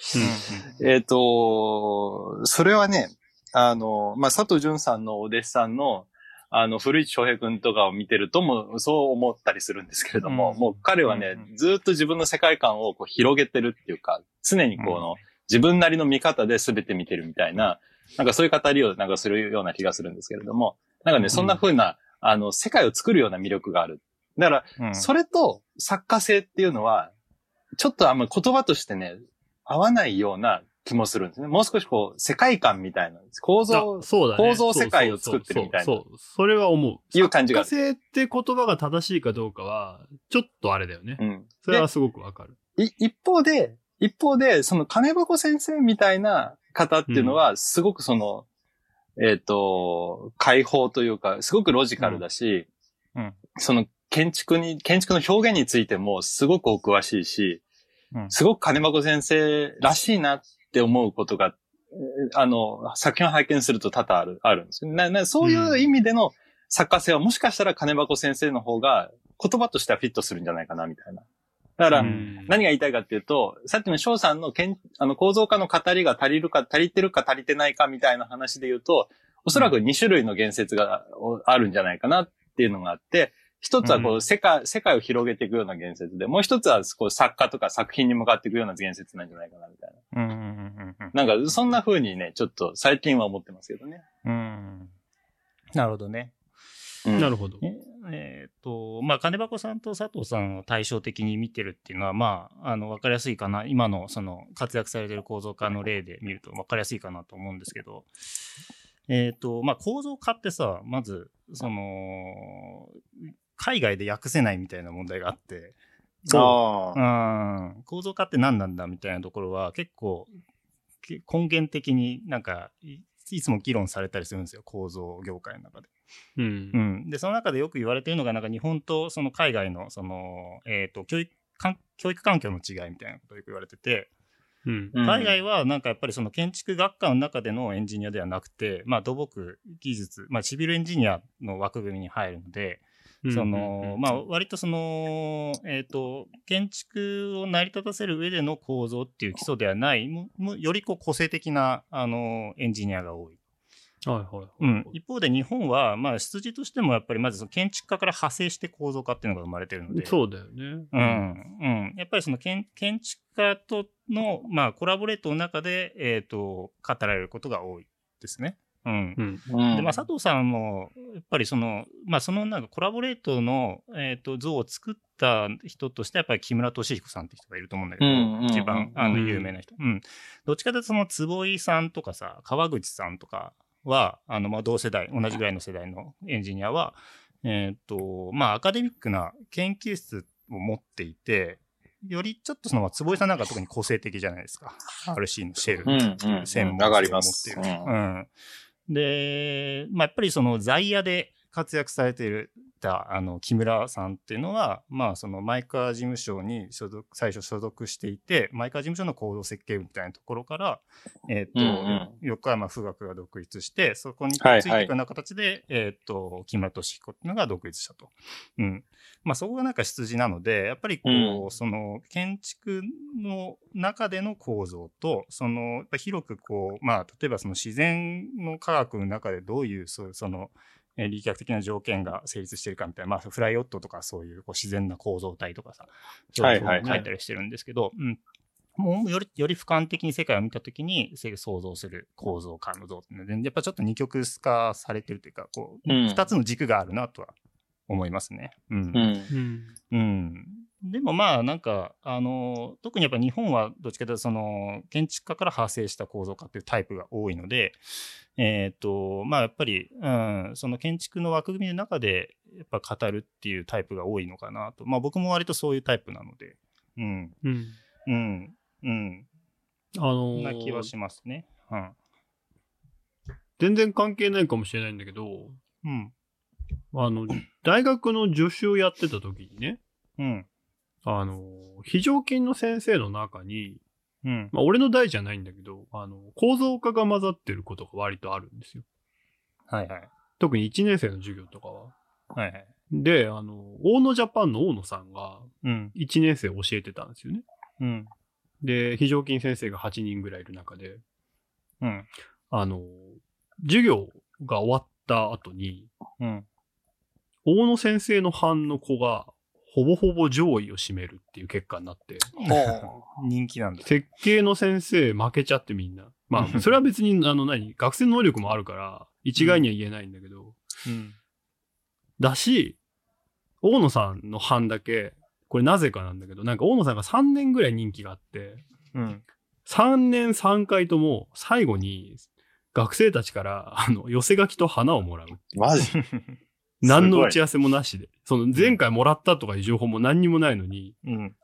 Speaker 2: えっ、と、それはね、あの、まあ、佐藤淳さんのお弟子さんの、あの、古市翔平くんとかを見てるとも、そう思ったりするんですけれども、
Speaker 3: うん
Speaker 2: もう彼はね、
Speaker 3: うん
Speaker 2: ずーっと自分の世界観をこう広げてるっていうか、常にこの、自分なりの見方で全て見てるみたいな、なんかそういう語りをなんかするような気がするんですけれども、なんかね、そんな風な、あの、世界を作るような魅力がある。だから、
Speaker 3: うん。
Speaker 2: それと作家性っていうのは、ちょっとあんまり言葉としてね、合わないような気もするんですね。もう少しこう、世界観みたいな、構造
Speaker 1: あ、そうだね。
Speaker 2: 構造世界を作ってるみたいな
Speaker 1: そうそうそうそう。それは思う。
Speaker 2: いう感じがある
Speaker 1: 作家性って言葉が正しいかどうかは、ちょっとあれだよね。
Speaker 2: うん。
Speaker 1: それはすごくわかる。
Speaker 2: い一方で、一方で、その金箱先生みたいな方っていうのは、すごくその、えっ、と、解放というか、すごくロジカルだし、
Speaker 3: うんうん
Speaker 2: その建築に、建築の表現についてもすごくお詳しいし、
Speaker 3: うん
Speaker 2: すごく金箱先生らしいなって思うことが、えーあの、作品を拝見すると多々ある、あるんですよななそういう意味での作家性はもしかしたら金箱先生の方が言葉としてはフィットするんじゃないかな、みたいな。だから、
Speaker 1: うん
Speaker 2: 何が言いたいかっていうと、さっきの翔さんのけんあの構造化の語りが足りるか、足りてるか足りてないかみたいな話で言うと、おそらく2種類の言説がおあるんじゃないかなっていうのがあって、一つはこ
Speaker 3: う
Speaker 2: う、世界、世界を広げていくような言説で、もう一つはこう、作家とか作品に向かっていくような言説なんじゃないかなみたい
Speaker 3: うんうんうん
Speaker 2: な。なんか、そんな風にね、ちょっと最近は思ってますけどね。
Speaker 3: うん。うん。なるほどね。
Speaker 2: うん
Speaker 1: なるほど。
Speaker 3: ええーっと、まあ、金箱さんと佐藤さんを対照的に見てるっていうのは、まあ、あの、わかりやすいかな。今の、その、活躍されてる構造化の例で見るとわかりやすいかなと思うんですけど、えーっと、まあ、構造化ってさ、まず、その、海外で訳せないみたいな問題があって、
Speaker 2: あ
Speaker 3: う
Speaker 2: あ
Speaker 3: ん、構造化って何なんだみたいなところは結構け根源的になんかいいつも議論されたりするんですよ構造業界の中で。
Speaker 1: う。
Speaker 3: うんん、でその中でよく言われてるのがなんか日本とその海外のその、えー、と教育かん教育環境の違いみたいなことをよく言われてて
Speaker 1: うん。
Speaker 2: うん
Speaker 3: 海外はなんかやっぱりその建築学科の中でのエンジニアではなくて、まあ、土木技術、まあ、シビルエンジニアの枠組みに入るので、
Speaker 1: うん
Speaker 3: そ
Speaker 2: うんうん
Speaker 3: の
Speaker 2: うん
Speaker 3: まあ割とそのえっ、と建築を成り立たせる上での構造っていう基礎ではないむむよりこう個性的なあのエンジニアが多い、
Speaker 1: はいはい。
Speaker 3: うん、一方で日本はまあ出自としてもやっぱりまずその建築家から派生して構造化っていうのが生まれてるので
Speaker 1: そうだよね。
Speaker 3: うんうん、やっぱりその建建築家との、まあ、コラボレートの中で、えー、と語られることが多いですね。うん
Speaker 1: うん。
Speaker 2: うん
Speaker 3: でまあ、佐藤さんもやっぱりその,、まあ、そのなんかコラボレートの、えー、と像を作った人としてやっぱり木村敏彦さんって人がいると思うんだけど、
Speaker 2: うんうんうん
Speaker 3: 一番あの
Speaker 1: うん
Speaker 3: 有名な人、うん、どっちかというとその坪井さんとかさ川口さんとかはあのまあ同世代同じぐらいの世代のエンジニアはえーっと、まあ、アカデミックな研究室を持っていて、よりちょっとその、坪井さんなんか特に個性的じゃないですか。RC のシェル
Speaker 2: うんう
Speaker 3: 専門
Speaker 2: ん。
Speaker 3: 性
Speaker 2: 上
Speaker 3: を持
Speaker 2: が
Speaker 3: ってい
Speaker 2: り
Speaker 3: る
Speaker 2: ます。うん
Speaker 3: うん。で、まあ、やっぱりその在野で活躍されているたあの木村さんっていうのは、まあ、そのマイカー事務所に所属最初所属していてマイカー事務所の行動設計部みたいなところから、えっと
Speaker 2: うんうん
Speaker 3: 横山富岳が独立してそこにつ
Speaker 2: はい
Speaker 3: いていくような形で、えっと木村俊彦っていうのが独立したと。うんまあ、そこがなんか出自なのでやっぱりこう、その建築の中での構造とそのやっぱ広くこう、まあ、例えばその自然の科学の中でどういうそうそのえー力学的な条件が成立してるかみたいな、まあ、フライオットとかそういうこう自然な構造体とかさ、そういうのを
Speaker 2: はいはい
Speaker 3: 書いたりしてるんですけど、うんもうよりより俯瞰的に世界を見たときにせ想像する構造感の像っていうのは、やっぱちょっと二極化されてるというか、こう、
Speaker 2: うん
Speaker 3: 二つの軸があるなとは思いますね。うん
Speaker 2: うん。
Speaker 1: うん。
Speaker 3: うん。でもまあなんか、あの、特にやっぱ日本はどっちかというとその建築家から派生した構造家っていうタイプが多いので、えっ、と、まあやっぱり、うん、その建築の枠組みの中でやっぱ語るっていうタイプが多いのかなと。まあ僕も割とそういうタイプなので、うん、
Speaker 1: うん。
Speaker 3: うん、うん、
Speaker 1: あの
Speaker 3: そん
Speaker 1: ー
Speaker 3: な気はしますね。うん。
Speaker 1: 全然関係ないかもしれないんだけど、
Speaker 3: うん、
Speaker 1: あ の、大学の助手をやってた時にね、
Speaker 3: うん、
Speaker 1: あのー非常勤の先生の中に、
Speaker 3: うん。
Speaker 1: まあ、俺の代じゃないんだけど、あの、構造化が混ざってることが割とあるんですよ。
Speaker 3: はいはい。
Speaker 1: 特に1年生の授業とかは。
Speaker 3: はいはい。
Speaker 1: で、あの、大野ジャパンの大野さんが
Speaker 3: うん、
Speaker 1: 1年生を教えてたんですよね。
Speaker 3: うん、
Speaker 1: で、非常勤先生が8人ぐらいいる中で、
Speaker 3: うん、
Speaker 1: あの、授業が終わった後に、
Speaker 3: うん。
Speaker 1: 大野先生の班の子が、ほぼほぼ上位を占めるっていう結果になって、
Speaker 2: ほ
Speaker 3: 人気なんだ。
Speaker 1: 設計の先生負けちゃってみんな。まあ、それは別に、あの何、学生の能力もあるから、一概には言えないんだけど、
Speaker 3: うん、
Speaker 1: だし、大野さんの班だけ、これなぜかなんだけど、なんか大野さんが3年ぐらい人気があって、
Speaker 3: うん、
Speaker 1: 3年3回とも最後に学生たちから、あの、寄せ書きと花をもらう。
Speaker 2: うマジ
Speaker 1: 何の打
Speaker 2: う
Speaker 1: ち合わせもなしで。その前回もらったとかいう情報も何にもないのに、
Speaker 3: うん、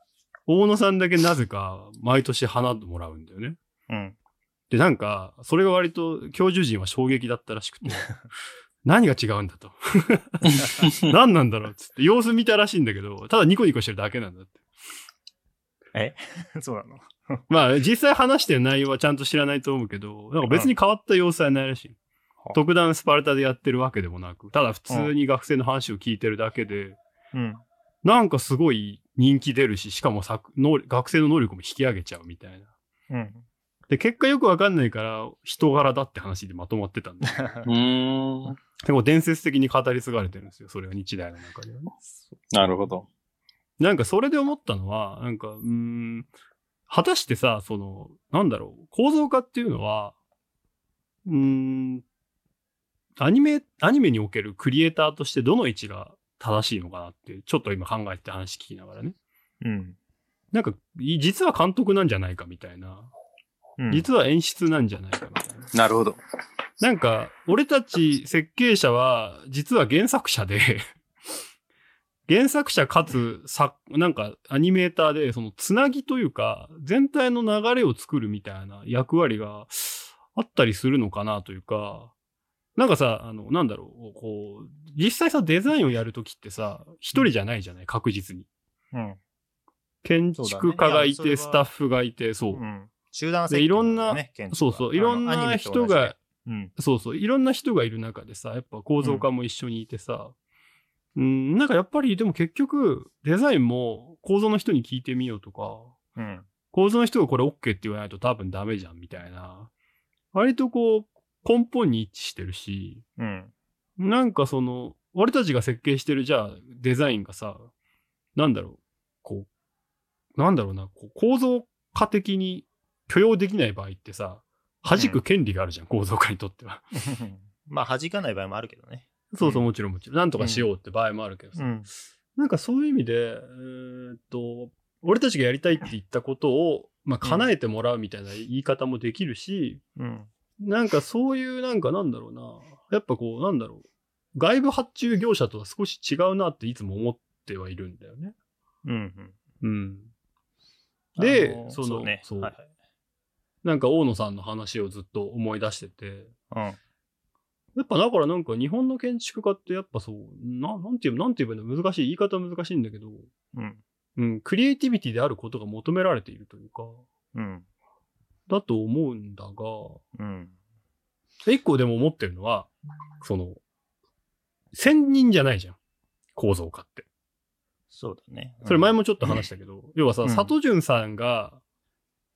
Speaker 1: 大野さんだけなぜか毎年花をもらうんだよね。
Speaker 3: うん。
Speaker 1: で、なんか、それが割と教授陣は衝撃だったらしくて、何が違うんだと。何なんだろうっつって、様子見たらしいんだけど、ただニコニコしてるだけなんだって。
Speaker 3: そうなの。
Speaker 1: まあ、実際話してる内容はちゃんと知らないと思うけど、なんか別に変わった様子はないらしい。
Speaker 3: はあ
Speaker 1: 特段スパルタでやってるわけでもなく、ただ普通に学生の話を聞いてるだけで、
Speaker 3: うん。
Speaker 1: なんかすごい人気出るし、しかも作能学生の能力も引き上げちゃうみたいな。
Speaker 3: うん。
Speaker 1: で、結果よくわかんないから、人柄だって話でまとまってたんだよ。
Speaker 2: うーん。
Speaker 1: でも伝説的に語り継がれてるんですよ、それは日大の中ではね。
Speaker 2: なるほど。
Speaker 1: なんかそれで思ったのは、なんか、うーん、果たしてさ、その、なんだろう、構造化っていうのは、うーん、アニメ、アニメにおけるクリエイターとしてどの位置が正しいのかなって、ちょっと今考えてた話聞きながらね。
Speaker 3: うん。
Speaker 1: なんか、い実は監督なんじゃないかみたいな、実は演出なんじゃないかみたいな。
Speaker 2: なるほど。
Speaker 1: なんか、俺たち設計者は、実は原作者で、原作者かつ、さ、なんか、アニメーターで、その、つなぎというか、全体の流れを作るみたいな役割があったりするのかなというか、なんかさ、あの、なんだろう、こう、実際さ、デザインをやるときってさ、一人じゃないじゃない、確実に。
Speaker 3: うん。
Speaker 1: 建築家がい
Speaker 3: そうだ
Speaker 1: て、
Speaker 3: ねいやそれは
Speaker 1: スタッフがいて、そう
Speaker 3: う。ん。集団
Speaker 1: でいろんなそうそう、いろんな人が、、
Speaker 3: うん。
Speaker 1: そうそう、いろんな人がいる中でさ、やっぱ構造家も一緒にいてさ、うん、なんかやっぱりでも結局、デザインも構造の人に聞いてみようとか、
Speaker 3: うん。
Speaker 1: 構造の人がこれ OK って言わないと多分ダメじゃんみたいな、割とこう、根本に一致してるし、
Speaker 3: うん。
Speaker 1: なんかその、俺たちが設計してるじゃあデザインがさ、なんだろう、こう、なんだろうな、こう構造化的に許容できない場合ってさ、弾く権利があるじゃん、構造家にとっては。
Speaker 3: まあ、弾かない場合もあるけどね。
Speaker 1: そうそう、
Speaker 3: うん
Speaker 1: もちろんもちろん。なんとかしようって場合もあるけどさ。
Speaker 3: ん。
Speaker 1: なんかそういう意味で、えーっと、俺たちがやりたいって言ったことを、まあ、叶えてもらうみたいな言い方もできるし、
Speaker 3: うん。
Speaker 1: なんかそういう、なんかなんだろうな。やっぱこう、なんだろう。外部発注業者とは少し違うなっていつも思ってはいるんだよね。
Speaker 3: うん
Speaker 1: うん。
Speaker 3: うん。
Speaker 1: で
Speaker 3: あー
Speaker 1: その
Speaker 3: そうね。
Speaker 1: そう
Speaker 3: はい
Speaker 1: なんか大野さんの話をずっと思い出してて、
Speaker 3: はい。
Speaker 1: やっぱだからなんか日本の建築家ってやっぱそう、ななんていう、なんて言えばいいの難しい、言い方難しいんだけど、
Speaker 3: うん。うん。
Speaker 1: うん、クリエイティビティであることが求められているというか、
Speaker 3: うん。
Speaker 1: だと思うんだが、
Speaker 3: うん。
Speaker 1: 一個でも思ってるのは、その、専任じゃないじゃん。構造化って。
Speaker 3: そうだね。
Speaker 1: それ前もちょっと話したけど、要はさ、
Speaker 3: うん
Speaker 1: 佐藤潤さんが、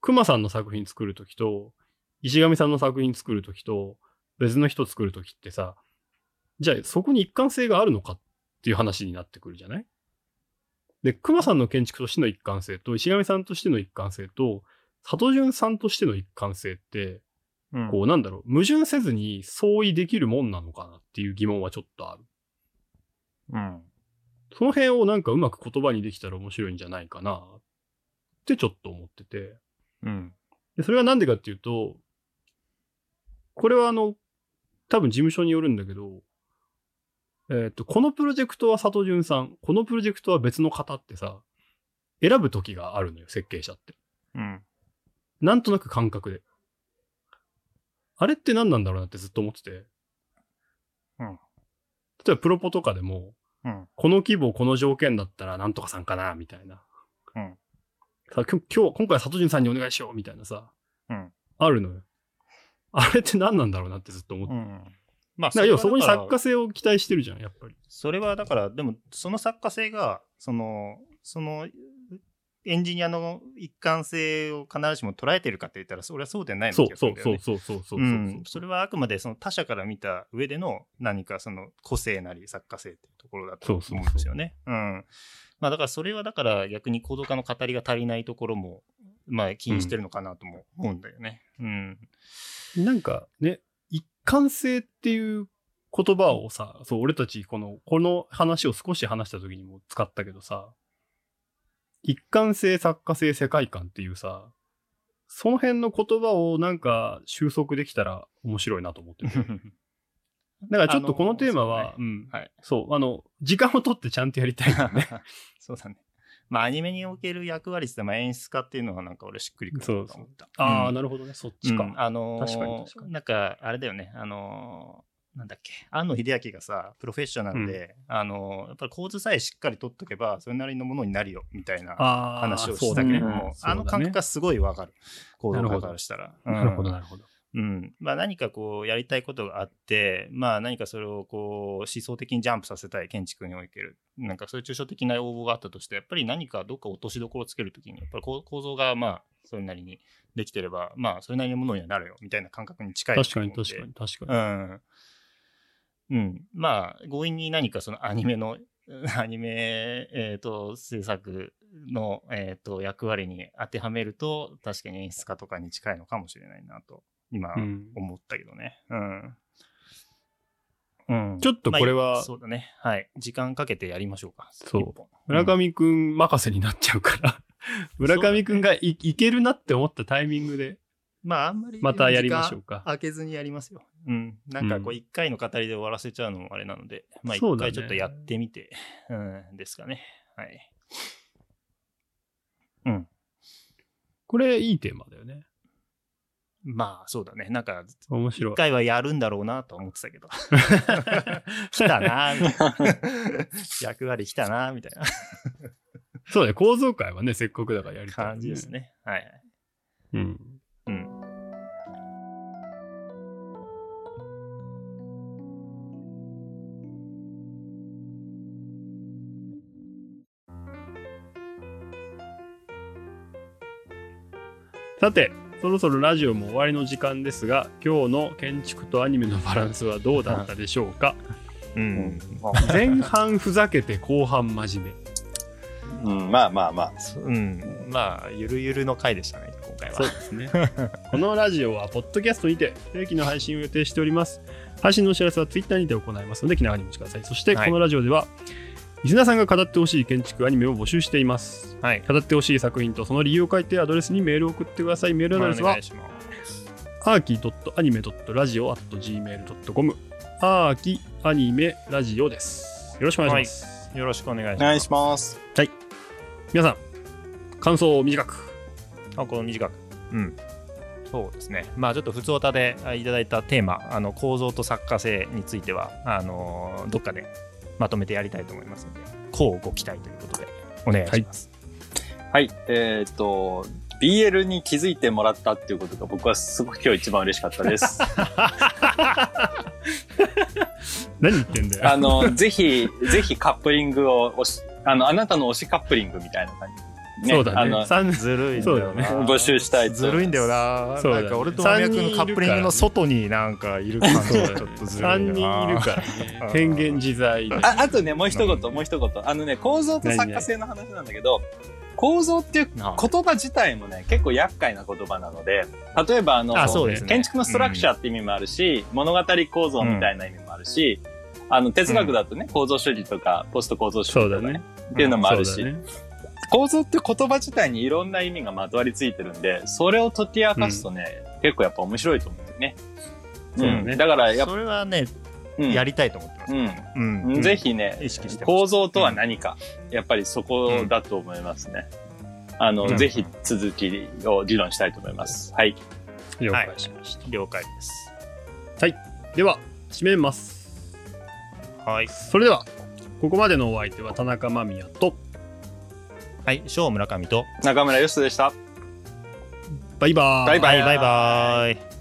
Speaker 1: 熊さんの作品作るときと、石上さんの作品作るときと、別の人作るときってさ、じゃあそこに一貫性があるのかっていう話になってくるじゃないで、熊さんの建築としての一貫性と、石上さんとしての一貫性と、佐藤潤さんとしての一貫性って、
Speaker 3: うん、
Speaker 1: こうなんだろう、矛盾せずに相違できるもんなのかなっていう疑問はちょっとある。
Speaker 3: うん。
Speaker 1: その辺をなんかうまく言葉にできたら面白いんじゃないかなってちょっと思ってて。
Speaker 3: うん。
Speaker 1: でそれはなんでかっていうと、これはあの、多分事務所によるんだけど、えーっ、と、このプロジェクトは佐藤潤さん、このプロジェクトは別の方ってさ、選ぶ時があるのよ、設計者って。
Speaker 3: うん。
Speaker 1: なんとなく感覚で。あれって何なんだろうなってずっと思ってて。
Speaker 3: うん
Speaker 1: 例えばプロポとかでも、
Speaker 3: うん
Speaker 1: この規模、この条件だったらなんとかさんかな、みたいな。
Speaker 3: うん
Speaker 1: さきょ今日、今回は里潤さんにお願いしよう、みたいなさ。
Speaker 3: うん
Speaker 1: あるのよ。あれって何なんだろうなってずっと思って。
Speaker 3: うん。まあ、
Speaker 1: だから要はそこに
Speaker 3: れはだ
Speaker 1: 作
Speaker 3: か
Speaker 1: 家
Speaker 3: ら
Speaker 1: 性を期待してるじゃん、やっぱり。
Speaker 3: それはだから、でも、その作家性が、その、その、エンジニアの一貫性を必ずしも捉えてるかって言ったら、それはそうでないの
Speaker 1: そう
Speaker 3: 気がす
Speaker 1: そ
Speaker 3: るん
Speaker 1: う
Speaker 3: だよ
Speaker 1: そう
Speaker 3: ね
Speaker 1: そうそうそうそう。
Speaker 3: うんそれはあくまでその他者から見た上での何かその個性なり作家性っていうところだと思うんですよね。うん。まあだからそれはだから逆に行動家の語りが足りないところも、まあ起因してるのかなとも思うんだよね。 うん。
Speaker 1: なんかね、一貫性っていう言葉をさ、そう、俺たちこの、この話を少し話した時にも使ったけどさ、一貫性、作家性、世界観っていうさ、その辺の言葉をなんか収束できたら面白いなと思ってる。だからちょっとこのテーマは、
Speaker 3: あの
Speaker 1: う
Speaker 3: そ
Speaker 1: ん、
Speaker 3: はい
Speaker 1: そう、あの、時間を取ってちゃんとやりたいんだよね。
Speaker 3: そうだね。まあアニメにおける役割って言ったらまあ演出家っていうのはなんか俺しっくりくるなと思った。
Speaker 1: ああ、
Speaker 3: うん
Speaker 1: なるほどね、そっちか。
Speaker 3: うんあのー
Speaker 1: 確かに確かに
Speaker 3: なんか、あれだよね、あのーなんだっけ、安野秀明がさ、プロフェッショナルで、あのーやっぱり構図さえしっかり取っとけば、それなりのものになるよ、みたいな
Speaker 1: ああ、
Speaker 3: 話を
Speaker 1: そ
Speaker 3: し
Speaker 1: う
Speaker 3: た
Speaker 1: だ
Speaker 3: け
Speaker 1: ね
Speaker 3: れども、あの感覚がすごいわかる、構造家からしたら。うん
Speaker 1: なるほど、なるほど。
Speaker 3: うんまあ、何かこうやりたいことがあって、まあ、何かそれをこう思想的にジャンプさせたい建築におけるなんかそういう抽象的な要望があったとしてやっぱり何かどっか落としどころをつけるときにやっぱりこう構造がまあそれなりにできてればまあそれなりのものにはなるよみたいな感覚に近い
Speaker 1: 確かに
Speaker 3: と思うん
Speaker 1: 確
Speaker 3: で
Speaker 1: かに確かに。
Speaker 3: うん。うん。まあ、強引に何かそのアニメの、 アニメ、えー、と制作の、えー、と役割に当てはめると、確かに演出家とかに近いのかもしれないなと、今
Speaker 1: うん
Speaker 3: 思ったけどね。うん。うん
Speaker 1: ちょっとこれは
Speaker 3: まあそうだね。はい。時間かけてやりましょうか。
Speaker 1: そう
Speaker 3: 一本。
Speaker 1: 村上くん任せになっちゃうから、村上くんがい,、けるなって思ったタイミングで、
Speaker 3: まあ、あんまり
Speaker 1: またやりましょうか
Speaker 3: 時間開けずにやりますよ。うん。なんかこう、
Speaker 1: うん
Speaker 3: 一回の語りで終わらせちゃうのもあれなので、まあ、
Speaker 1: そ
Speaker 3: 一
Speaker 1: うだね
Speaker 3: 回ちょっとやってみて、うん、ですかね。はい。うん。
Speaker 1: これいいテーマだよね。
Speaker 3: まあ、そうだね。なんか、
Speaker 1: 面白
Speaker 3: 一
Speaker 1: い。
Speaker 3: 回はやるんだろうなと思ってたけ ど。来たなみたいな役割来たなみたいな
Speaker 1: そうね、構造会はね、せっかくだからやりたい、
Speaker 3: 感じです。ね。はい。
Speaker 1: うん。
Speaker 3: うん。
Speaker 1: さて、そろそろラジオも終わりの時間ですが、今日の建築とアニメのバランスはどうだったでしょう か。
Speaker 3: う
Speaker 2: うんん。ま
Speaker 1: 前半ふざけて後半真面目。
Speaker 2: あうんまあまあまあ。
Speaker 3: そううん。まあ、ゆるゆるの回でしたね、今回は。
Speaker 1: ですね。このラジオは、ポッドキャストにて、不定期の配信を予定しております。配信のお知らせは Twitter にて行いますので、気長にお待ちください。そして、
Speaker 3: はい
Speaker 1: このラジオでは、リスナーさんが語ってほしい建築アニメを募集しています。
Speaker 3: はい。
Speaker 1: 語ってほしい作品とその理由を書いてアドレスにメールを送ってください。メールアドレス
Speaker 3: お
Speaker 1: は
Speaker 3: 願い、します。
Speaker 1: a r k i a n i m e r a d i o g m a i l c o m アーキアニメラジオです。よろしくお願いします。
Speaker 3: よろしくお願い
Speaker 2: お
Speaker 3: しま
Speaker 2: 願
Speaker 3: す。
Speaker 2: いします。
Speaker 1: 皆さん、感想を短く。
Speaker 3: あこの短く。うん。そうですね。まあちょっと普通歌であいただいたテーマ、あの構造と作家性については、あのどっかでまとめてやりたいと思いますので、こうご期待ということで、お願いします。
Speaker 2: はい。えっ、と、BL に気づいてもらったっていうことが僕はすごく今日一番嬉しかった です。
Speaker 1: 何言ってんだよ。
Speaker 2: あの、ぜひ、ぜひカップリングを推し、あの、あなたの推しカップリングみたいな感じ。
Speaker 1: そうだね
Speaker 2: あの、
Speaker 1: 三
Speaker 3: ずるいん
Speaker 1: そう
Speaker 3: だ
Speaker 1: だよ
Speaker 3: よ
Speaker 1: ね
Speaker 3: ね。
Speaker 2: 募集したいと
Speaker 3: ずるいんだよな。
Speaker 1: そうだ
Speaker 3: な
Speaker 1: ね
Speaker 3: んか俺と真逆のカップリングの外になんかいる感じ
Speaker 1: そう
Speaker 3: が
Speaker 1: だね
Speaker 3: ちょっとずるいな。
Speaker 1: 三人いるからね。 変幻自在で。
Speaker 2: ああとね、もう一言、もう一言。あのね、構造と作家性の話なんだけど、構造っていう
Speaker 3: なあ
Speaker 2: 言葉自体もね、結構厄介な言葉なので、例えばあの、
Speaker 3: あそうですね
Speaker 2: 建築のストラクチャーって意味もあるし、物語構造みたいな意味もあるし、あの、哲学だとね、構造主義とか、ポスト構造主義と
Speaker 1: そう
Speaker 2: か
Speaker 1: だ
Speaker 2: ね
Speaker 1: ね
Speaker 2: っていうのもある
Speaker 1: そう
Speaker 2: し、
Speaker 1: だね。
Speaker 2: 構造って言葉自体にいろんな意味がまとわりついてるんで、それを解き明かすとね、結構やっぱ面白いと思うんだよね。
Speaker 1: そうだね
Speaker 2: んだからやっぱ、
Speaker 3: それはね、
Speaker 2: うん
Speaker 3: やりたいと思ってます。うん
Speaker 2: うん。ぜひね、
Speaker 3: 意識してほしい
Speaker 2: 構造とは何か、やっぱりそこだと思いますね。あの、
Speaker 3: うん
Speaker 2: ぜひ続きを議論したいと思います。はい。
Speaker 1: 了
Speaker 3: はい
Speaker 1: 解しました。
Speaker 3: 了解です。
Speaker 1: では、締めます。
Speaker 3: はい。
Speaker 1: それでは、ここまでのお相手は田中間宮と、
Speaker 3: はい、ショー村上と、
Speaker 2: 中村よしでした。
Speaker 1: バイバーイ。
Speaker 2: バイバイ
Speaker 3: はいバイバイ。